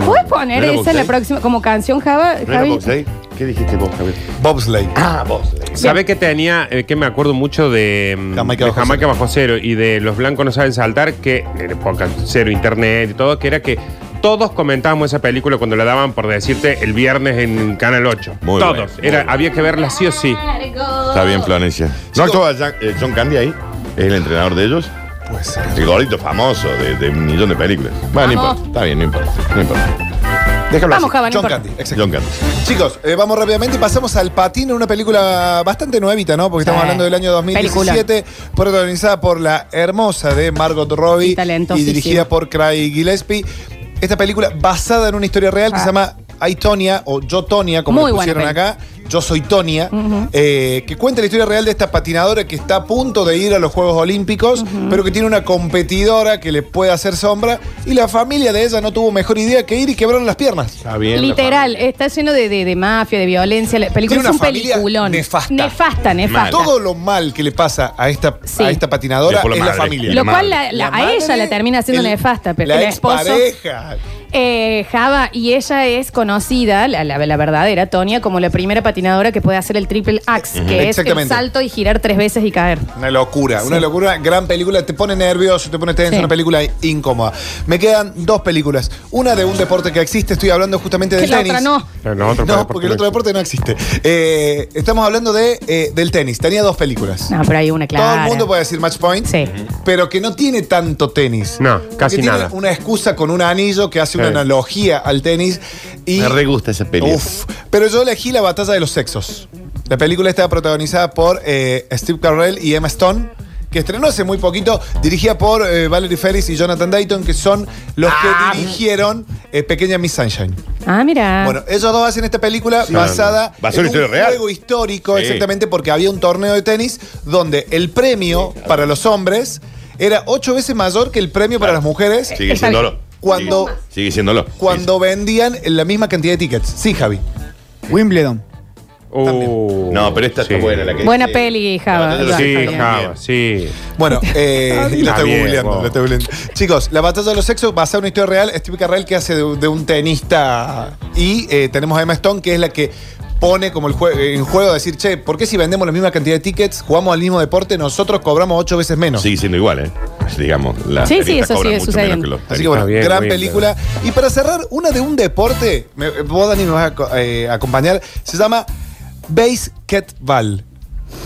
Speaker 4: ¿Puedes poner
Speaker 6: ¿No era
Speaker 4: esa
Speaker 6: Box
Speaker 4: en la
Speaker 6: Day?
Speaker 4: próxima? Como canción Java,
Speaker 6: ¿No era
Speaker 4: Javi?
Speaker 6: Box Day? ¿Qué dijiste vos, Javier?
Speaker 5: Bobsleigh.
Speaker 6: Ah, Box Day.
Speaker 3: ¿Sabe que tenía, eh, que me acuerdo mucho de mm, de
Speaker 5: Jamaica
Speaker 3: Jamaica,
Speaker 5: bajo
Speaker 3: bajo, cero. y de Los Blancos no saben saltar, que en época cero internet y todo, que era que todos comentábamos esa película cuando la daban, por decirte, el viernes en Canal 8.
Speaker 6: Muy
Speaker 3: todos.
Speaker 6: bueno, muy
Speaker 3: era,
Speaker 6: bueno.
Speaker 3: Había que verla sí o sí.
Speaker 6: Está bien, Florencia. ¿No actúa Jack- eh, John Candy ahí? ¿Es el entrenador de ellos?
Speaker 5: Pues
Speaker 6: El gordito famoso de, de un millón de películas. Bueno, no
Speaker 4: Vamos.
Speaker 6: importa. Está bien, no importa. No importa. Déjalo
Speaker 4: Vamos,
Speaker 6: así.
Speaker 4: Java, no
Speaker 5: John
Speaker 4: importa.
Speaker 5: Candy, exacto.
Speaker 6: John Candy.
Speaker 5: Chicos, eh, vamos rápidamente y pasamos al patín, una película bastante nuevita, ¿no? Porque estamos
Speaker 4: Sí.
Speaker 5: hablando del año 2017, protagonizada por la hermosa de Margot Robbie
Speaker 4: Y
Speaker 5: y
Speaker 4: talentosísima.
Speaker 5: dirigida por Craig Gillespie. Esta película basada en una historia real que
Speaker 4: Ah.
Speaker 5: se llama I, Tonya, o Yo Tonya, como
Speaker 4: Muy
Speaker 5: le
Speaker 4: buena
Speaker 5: pusieron
Speaker 4: peli.
Speaker 5: acá. Yo soy Tonia, eh, que cuenta la historia real de esta patinadora que está a punto de ir a los Juegos Olímpicos, pero que tiene una competidora que le puede hacer sombra y la familia de ella no tuvo mejor idea que ir y quebraron las piernas.
Speaker 6: Está bien. la
Speaker 4: Literal, está lleno de, de- de mafia, de violencia. La película
Speaker 5: Tiene
Speaker 4: es un
Speaker 5: una familia
Speaker 4: peliculón.
Speaker 5: nefasta.
Speaker 4: Nefasta, nefasta.
Speaker 5: Todo lo mal que le pasa a esta,
Speaker 4: Sí.
Speaker 5: a esta
Speaker 6: Y
Speaker 5: patinadora
Speaker 6: por la
Speaker 5: es la
Speaker 6: madre.
Speaker 5: familia.
Speaker 4: Lo
Speaker 6: La
Speaker 4: cual
Speaker 6: madre.
Speaker 4: la- la-
Speaker 5: La
Speaker 4: a
Speaker 5: madre,
Speaker 4: ella la termina haciendo
Speaker 5: el-
Speaker 4: nefasta, pero
Speaker 5: la
Speaker 4: el esposo.
Speaker 5: expareja.
Speaker 4: Eh, Java, y ella es conocida, la, la- la verdadera Tonia, como la primera patinadora que puede hacer el triple axe, que es el
Speaker 5: Exactamente.
Speaker 4: salto y girar tres veces y caer.
Speaker 5: Una locura, una locura, gran película, te pone nervioso, te pone tenso,
Speaker 4: Sí.
Speaker 5: una película incómoda. Me quedan dos películas, una de un deporte que existe, estoy hablando justamente
Speaker 4: Que
Speaker 5: del
Speaker 4: la
Speaker 5: tenis.
Speaker 4: otra no.
Speaker 3: Pero no, otro
Speaker 5: No,
Speaker 3: deporte
Speaker 5: porque el
Speaker 3: no
Speaker 5: otro deporte no existe. Eh, estamos hablando de, eh, del tenis, tenía dos películas.
Speaker 4: No, pero hay una clara.
Speaker 5: Todo el mundo puede decir match point,
Speaker 4: Sí.
Speaker 5: pero que no tiene tanto tenis.
Speaker 3: No,
Speaker 5: Que
Speaker 3: casi
Speaker 5: tiene
Speaker 3: nada.
Speaker 5: una excusa con un anillo que hace una
Speaker 3: Sí.
Speaker 5: analogía al tenis. Y
Speaker 6: Me re gusta esa peli.
Speaker 5: Uf, pero yo elegí La batalla de los sexos. La película está protagonizada por eh, Steve Carell y Emma Stone, que estrenó hace muy poquito, dirigida por eh, Valerie Ferris y Jonathan Dayton, que son los
Speaker 3: Ah.
Speaker 5: que dirigieron eh, Pequeña Miss Sunshine.
Speaker 4: Ah, mira.
Speaker 5: Bueno, ellos dos hacen esta película basada
Speaker 6: Basada en
Speaker 5: en un
Speaker 6: historia real.
Speaker 5: juego histórico,
Speaker 6: Sí.
Speaker 5: exactamente, porque había un torneo de tenis donde el premio para los hombres era ocho veces mayor que el premio para las mujeres
Speaker 6: Sigue
Speaker 4: Está
Speaker 6: siéndolo.
Speaker 4: bien.
Speaker 5: Cuando-
Speaker 6: Sigue- Sigue siéndolo.
Speaker 5: cuando vendían la misma cantidad de tickets. Sí, Javi.
Speaker 8: Wimbledon.
Speaker 3: Uh,
Speaker 6: No, pero esta
Speaker 3: sí.
Speaker 6: está buena la que
Speaker 4: Buena
Speaker 5: eh,
Speaker 6: sí.
Speaker 4: peli, Java.
Speaker 6: No, no, no,
Speaker 3: Sí,
Speaker 4: Está bien.
Speaker 3: Java, sí.
Speaker 5: Bueno, eh, y lo
Speaker 3: Está
Speaker 5: estoy
Speaker 3: bien,
Speaker 5: googleando,
Speaker 3: vos.
Speaker 5: lo estoy googleando. Chicos, la batalla de los sexos basada en una historia real, Steve Carrell que hace de, de un tenista y eh, tenemos a Emma Stone que es la que pone como el jue- en juego decir, che, ¿por qué si vendemos la misma cantidad de tickets, jugamos al mismo deporte, nosotros cobramos ocho veces menos?
Speaker 6: Sigue siendo igual, ¿eh? Digamos, la
Speaker 4: Sí, sí, eso sigue sucediendo.
Speaker 5: Así que bueno,
Speaker 3: Está bien,
Speaker 5: gran
Speaker 3: muy bien,
Speaker 5: película. Y para cerrar, una de un deporte, me, vos Dani me vas a co- eh, acompañar, se llama Basketball.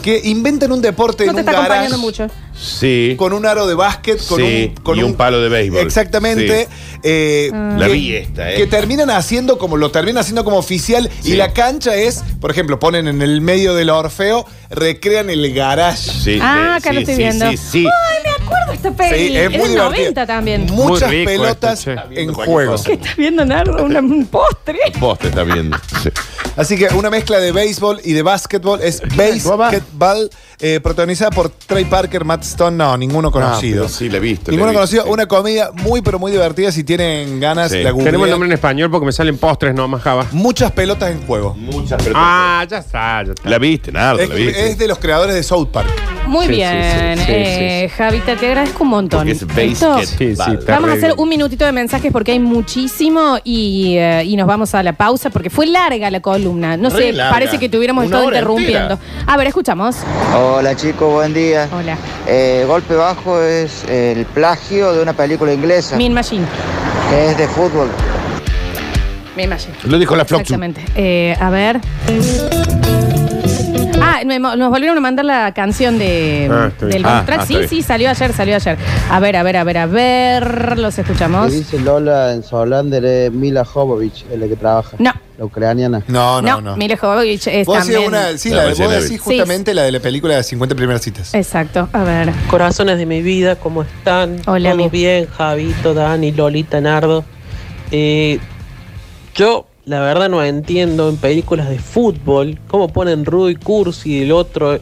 Speaker 5: Que inventan un deporte
Speaker 4: No
Speaker 5: en
Speaker 4: te
Speaker 5: un
Speaker 4: está acompañando
Speaker 5: garage.
Speaker 4: mucho.
Speaker 6: Sí.
Speaker 5: con un aro de básquet, con,
Speaker 6: Sí,
Speaker 5: un, con
Speaker 6: y un palo de béisbol.
Speaker 5: Exactamente. eh,
Speaker 4: Ah.
Speaker 6: La
Speaker 5: que-
Speaker 6: vi esta, ¿eh?
Speaker 5: Que terminan haciendo como lo terminan haciendo como oficial
Speaker 6: Sí.
Speaker 5: y la cancha es, por ejemplo, ponen en el medio del Orfeo, recrean el garage.
Speaker 6: Sí, eh,
Speaker 4: Ah, acá
Speaker 6: sí,
Speaker 4: lo estoy
Speaker 6: sí,
Speaker 4: viendo.
Speaker 6: Sí, sí.
Speaker 4: Ay, me acuerdo esta peli.
Speaker 5: Sí,
Speaker 4: es
Speaker 5: es muy
Speaker 4: del
Speaker 5: divertido.
Speaker 4: 90 también.
Speaker 5: Muchas
Speaker 3: Muy rico
Speaker 5: pelotas
Speaker 3: esto, che.
Speaker 5: en
Speaker 6: Cualquier
Speaker 5: juego.
Speaker 6: cosa.
Speaker 4: ¿Qué estás viendo, Nardo? Una- un postre.
Speaker 6: Vos te estás viendo. Sí.
Speaker 5: Así que una mezcla de béisbol y de básquetbol es Basketball, eh, protagonizada por Trey Parker, Matt Stone, no, ninguno conocido.
Speaker 6: Ah, pero sí, la he visto, la
Speaker 5: Ninguno
Speaker 6: he visto,
Speaker 5: conocido,
Speaker 6: sí.
Speaker 5: una comedia muy, pero muy divertida. Si tienen ganas,
Speaker 6: Sí.
Speaker 5: la
Speaker 3: Tenemos el
Speaker 5: googlean.
Speaker 3: nombre en español porque me salen postres nomás, Java.
Speaker 5: Muchas pelotas en juego.
Speaker 6: Muchas personas.
Speaker 3: Ah, ya está, ya está.
Speaker 6: La viste, Nardo,
Speaker 5: Es,
Speaker 6: la viste.
Speaker 5: es de los creadores de South Park.
Speaker 4: Muy
Speaker 3: Sí, sí,
Speaker 4: bien.
Speaker 3: sí, sí,
Speaker 4: eh, Javita, te agradezco un montón.
Speaker 6: Porque es
Speaker 4: Esto-
Speaker 6: basket.
Speaker 3: Sí, sí, está
Speaker 4: Vamos a
Speaker 3: re
Speaker 4: hacer
Speaker 3: bien.
Speaker 4: un minutito de mensajes porque hay muchísimo y, eh, y nos vamos a la pausa porque fue larga la columna. No
Speaker 6: Re
Speaker 4: sé,
Speaker 6: larga.
Speaker 4: parece que tuviéramos
Speaker 6: Una
Speaker 4: estado
Speaker 6: hora
Speaker 4: interrumpiendo. A ver, escuchamos.
Speaker 9: Hola chicos, buen día.
Speaker 4: Hola.
Speaker 9: Eh, Golpe Bajo es el plagio de una película inglesa
Speaker 4: Min Machine.
Speaker 9: que es de fútbol.
Speaker 4: Min Machine.
Speaker 6: Lo dijo la Flox.
Speaker 4: Exactamente. Eh, a ver. Ah, me mo- nos volvieron a mandar la canción de,
Speaker 3: Ah, está bien.
Speaker 4: del
Speaker 6: Ah,
Speaker 4: soundtrack.
Speaker 6: ah,
Speaker 4: sí,
Speaker 6: está bien.
Speaker 4: sí, salió ayer, salió ayer. A ver, a ver, a ver, a ver. Los escuchamos.
Speaker 9: Lola en Solander es Mila Jovovich, en la que trabaja,
Speaker 4: No,
Speaker 9: la ucraniana.
Speaker 5: No,
Speaker 4: no,
Speaker 5: no, no.
Speaker 4: Mila Jovovich es
Speaker 5: Vos decís,
Speaker 4: también.
Speaker 5: una, sí,
Speaker 6: La
Speaker 5: la, de-
Speaker 6: Marcela
Speaker 5: vos
Speaker 6: Bill.
Speaker 5: decís justamente la de la película de 50 primeras citas.
Speaker 4: Exacto, a ver.
Speaker 10: Corazones de mi vida, ¿cómo están?
Speaker 4: Hola,
Speaker 10: ¿Todo
Speaker 4: amigo.
Speaker 10: bien? Javito, Dani, Lolita, Nardo. Eh, yo, la verdad, no entiendo en películas de fútbol cómo ponen Rudy Cursi y el otro.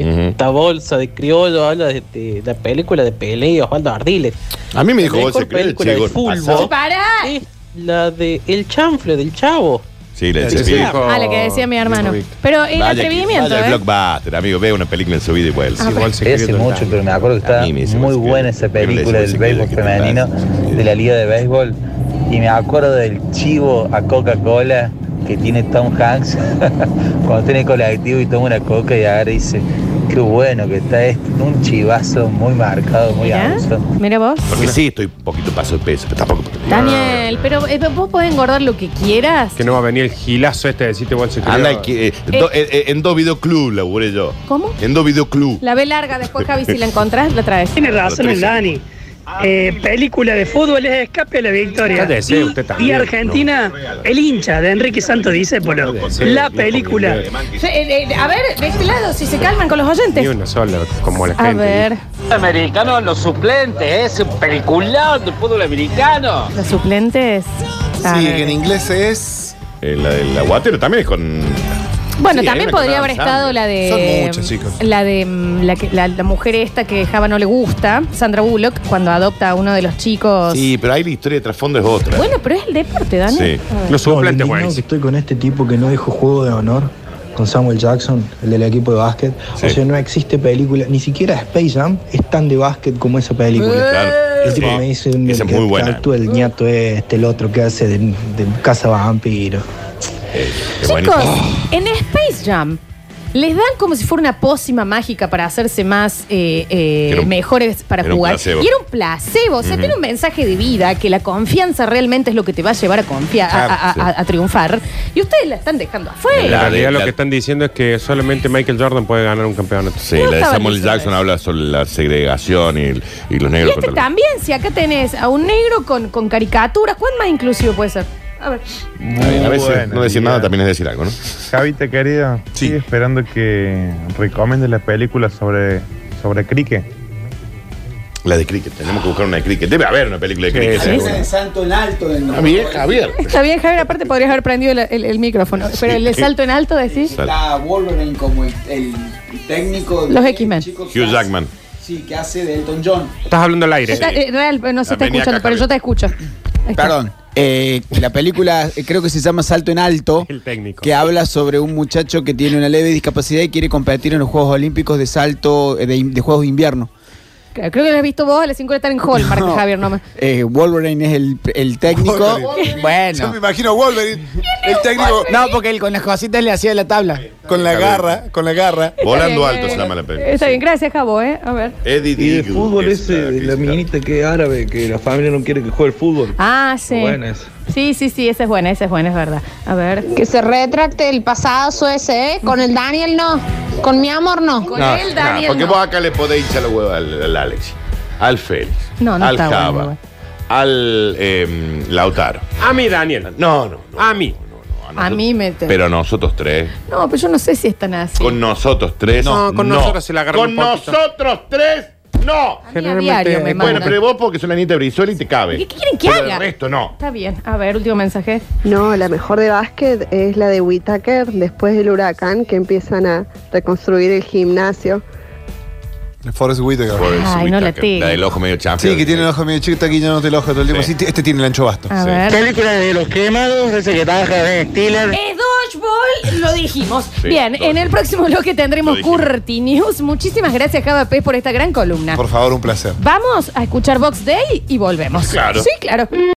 Speaker 10: eh, Esta bolsa de criollo habla de, de la película de Pelé y Osvaldo Ardiles.
Speaker 6: A mí me dijo
Speaker 10: La
Speaker 6: vos,
Speaker 10: mejor
Speaker 6: se cree el
Speaker 10: película de
Speaker 6: chico.
Speaker 10: fútbol.
Speaker 5: Oh.
Speaker 6: Pasado.
Speaker 4: ¡Para!
Speaker 10: Es la de El Chanfle, del Chavo.
Speaker 6: Sí, la
Speaker 5: La
Speaker 6: chica.
Speaker 5: de-
Speaker 6: Vaya
Speaker 3: Dijo-
Speaker 4: Ah, la que decía mi hermano.
Speaker 3: dijo Este Víctor.
Speaker 4: Pero el
Speaker 6: que-
Speaker 4: atrevimiento,
Speaker 6: vaya el
Speaker 4: ¿eh?
Speaker 6: blockbuster, amigo. Ve una película en su vida y vuelve.
Speaker 4: Ah,
Speaker 3: Igual se
Speaker 11: Hace
Speaker 3: escribe
Speaker 11: mucho,
Speaker 3: todo.
Speaker 11: pero me acuerdo que
Speaker 6: A
Speaker 11: está
Speaker 6: mí me dice
Speaker 11: muy
Speaker 6: más que-
Speaker 11: buena esa
Speaker 6: que no le
Speaker 11: película
Speaker 6: decimos
Speaker 11: del
Speaker 6: que-
Speaker 11: béisbol
Speaker 6: que te pasa.
Speaker 11: femenino, de la liga de béisbol. Y me acuerdo del chivo a Coca-Cola que tiene Tom Hanks cuando tiene colectivo y toma una coca y agarra y dice, qué bueno que está esto, un chivazo muy marcado, muy
Speaker 4: Mira,
Speaker 11: agudo.
Speaker 4: mira ¿eh? vos.
Speaker 6: Porque sí, estoy un poquito paso de peso, pero tampoco.
Speaker 4: Daniel, pero eh, vos podés engordar lo que quieras.
Speaker 3: Que no va a venir el gilazo este de decirte igual se
Speaker 6: Anda,
Speaker 3: escribe.
Speaker 6: que, eh, do- eh, eh, en dos videoclub laburé yo.
Speaker 4: ¿Cómo?
Speaker 6: En dos videoclub.
Speaker 4: La ve larga después, Javi, si la encontrás, la traes.
Speaker 10: Tiene
Speaker 6: razón el
Speaker 10: Dani. eh, película de fútbol es Escape a la Victoria.
Speaker 3: Ya deseo, usted
Speaker 10: y
Speaker 3: también,
Speaker 10: Argentina, el hincha de Enrique Santo dice, Polo, la película.
Speaker 4: Sí, eh, eh, a ver, de este lado, si se calman con los oyentes.
Speaker 3: Ni una sola, como la
Speaker 4: A
Speaker 3: gente.
Speaker 4: ver,
Speaker 12: Americano, los suplentes, ¿eh? es un peliculón del fútbol americano.
Speaker 4: los suplentes. A
Speaker 6: Sí,
Speaker 4: ver.
Speaker 6: en inglés es. Eh, la del aguatero también es con.
Speaker 4: Bueno,
Speaker 6: Sí, hay
Speaker 4: también
Speaker 6: una con
Speaker 4: podría
Speaker 6: Adam
Speaker 4: haber
Speaker 6: Sandler.
Speaker 4: estado la de.
Speaker 6: Son muchas, chicos.
Speaker 4: La de mm, la, que- la- la mujer esta que Java no le gusta, Sandra Bullock, cuando adopta a uno de los chicos.
Speaker 6: Sí, pero ahí la historia de trasfondo es otra.
Speaker 4: Bueno, pero es el deporte, Dani.
Speaker 6: Sí.
Speaker 4: A ver.
Speaker 6: Los suplentes,
Speaker 13: No, lo indignado
Speaker 6: güey.
Speaker 13: que estoy con este tipo que no dijo juego de honor con Samuel Jackson, el del equipo de básquet. O sea, no existe película, ni siquiera Space Jam es tan de básquet como esa película.
Speaker 6: Claro.
Speaker 13: El tipo
Speaker 6: Eh. Sí.
Speaker 13: me dice un-
Speaker 6: Esa es
Speaker 13: que
Speaker 6: muy buena.
Speaker 13: actúa el ñato este, el otro que hace de, de Casa Vampiro.
Speaker 6: Eh,
Speaker 4: Chicos, en Space Jam les dan como si fuera una pócima mágica para hacerse más eh, eh,
Speaker 14: Era un-
Speaker 4: mejores para
Speaker 14: era un
Speaker 4: jugar.
Speaker 14: placebo.
Speaker 4: y era un placebo, o sea,
Speaker 14: Ujú.
Speaker 4: tiene un mensaje de vida que la confianza realmente es lo que te va a llevar a confiar, a, a- a- a triunfar. Y ustedes la están dejando
Speaker 3: En
Speaker 4: afuera.
Speaker 3: realidad lo que están diciendo es que solamente Michael Jordan puede ganar un campeonato.
Speaker 6: Sí, la de Samuel Jackson habla sobre la segregación y, y los
Speaker 4: Y
Speaker 6: negros.
Speaker 4: este
Speaker 6: contra los-
Speaker 4: también, si acá tenés a un negro con, con caricaturas, ¿cuán más inclusivo puede ser? A ver.
Speaker 6: A veces
Speaker 11: Buena,
Speaker 6: no decir nada también es decir algo, ¿no?
Speaker 11: Javita querida, estoy esperando que recomiendes las películas sobre, sobre cricket.
Speaker 6: La de cricket, tenemos que buscar una de cricket. Debe haber una película de cricket. ¿eh? seguro.
Speaker 7: salto en alto.
Speaker 6: Ah, bien, Javier.
Speaker 4: Está bien, Javier, aparte podrías haber prendido el, el- el micrófono. Pero el de salto en alto, decís.
Speaker 7: Está Wolverine como el, el técnico. de-
Speaker 4: Los X-Men.
Speaker 6: Hugh Jackman.
Speaker 7: Sí, que hace de Elton John.
Speaker 3: Estás hablando al aire.
Speaker 4: Está- eh, real, eh, no se está
Speaker 7: Vení acá,
Speaker 4: escuchando, pero yo te escucho. Ahí está.
Speaker 7: Perdón. eh, la película eh, creo que se llama Salto en Alto, que habla sobre un muchacho que tiene una leve discapacidad y quiere competir en los Juegos Olímpicos de salto, eh, de, in- de Juegos de Invierno.
Speaker 4: Eh, Creo que lo has visto vos a las 5 de la tarde en Hallmark,
Speaker 7: No.
Speaker 4: Javier, nomás.
Speaker 7: Eh, Wolverine es el, el técnico.
Speaker 5: Wolverine.
Speaker 7: Bueno.
Speaker 5: Yo me imagino a Wolverine, el técnico
Speaker 7: No, porque él con las cositas le hacía la tabla.
Speaker 5: con la garra, con la garra.
Speaker 6: Volando
Speaker 4: Está bien,
Speaker 6: alto se
Speaker 4: eh,
Speaker 6: llama la película.
Speaker 4: Está bien, gracias, Jabo, ¿eh? A ver.
Speaker 6: Eddie
Speaker 15: Y de
Speaker 6: Deagle
Speaker 15: fútbol
Speaker 6: es
Speaker 15: ese,
Speaker 6: la
Speaker 15: de la minita que es árabe, que la familia no quiere que juegue el fútbol.
Speaker 4: Ah, sí.
Speaker 15: Buena esa.
Speaker 4: Sí, sí, sí, esa es buena, esa es buena, es verdad. A ver.
Speaker 16: Que se retracte el pasado ese, ¿eh? Con el Daniel no. Con mi amor no.
Speaker 6: No, no, porque vos acá le podés hinchar la hueva al, al Alex, al Félix,
Speaker 16: No, no
Speaker 6: al
Speaker 16: está bueno,
Speaker 6: Java,
Speaker 16: igual.
Speaker 6: al em, Lautaro.
Speaker 3: A mí, Daniel.
Speaker 6: No, no.
Speaker 3: A mí.
Speaker 4: A mí me.
Speaker 3: Este.
Speaker 4: te-
Speaker 6: Pero nosotros tres.
Speaker 4: No, pero yo no sé si están así.
Speaker 6: Con nosotros tres.
Speaker 3: No, con nosotros se la agarran
Speaker 6: Con
Speaker 3: un poquito.
Speaker 6: nosotros tres, no.
Speaker 4: Generalmente- a diario me
Speaker 6: bueno,
Speaker 4: mandan.
Speaker 6: pero vos porque sos la nieta de Brizuela y te cabe.
Speaker 4: ¿Qué quieren que
Speaker 6: Pero
Speaker 4: haga?
Speaker 6: El resto no.
Speaker 4: Está bien. A ver, último mensaje.
Speaker 17: No, la mejor de básquet es la de Whittaker después del huracán que empiezan a reconstruir el gimnasio.
Speaker 5: Forrest Whitaker.
Speaker 4: Ay, no la tengo.
Speaker 6: del ojo medio chanfle.
Speaker 5: Sí, que tiene el ojo medio chico, aquí yo no te el ojo todo el tiempo. Sí, este tiene el ancho basto.
Speaker 4: A ver.
Speaker 5: Película de los quemados, ese que trabaja Ben Stiller.
Speaker 4: Es Dodgeball, lo dijimos.
Speaker 5: Sí,
Speaker 4: Bien, en el próximo bloque tendremos
Speaker 5: Lo dijimos.
Speaker 4: Curti News. Muchísimas gracias, Java Pez, por esta gran columna.
Speaker 5: Por favor, un placer.
Speaker 4: Vamos a escuchar Box Day y volvemos.
Speaker 5: Claro.
Speaker 4: Sí, claro.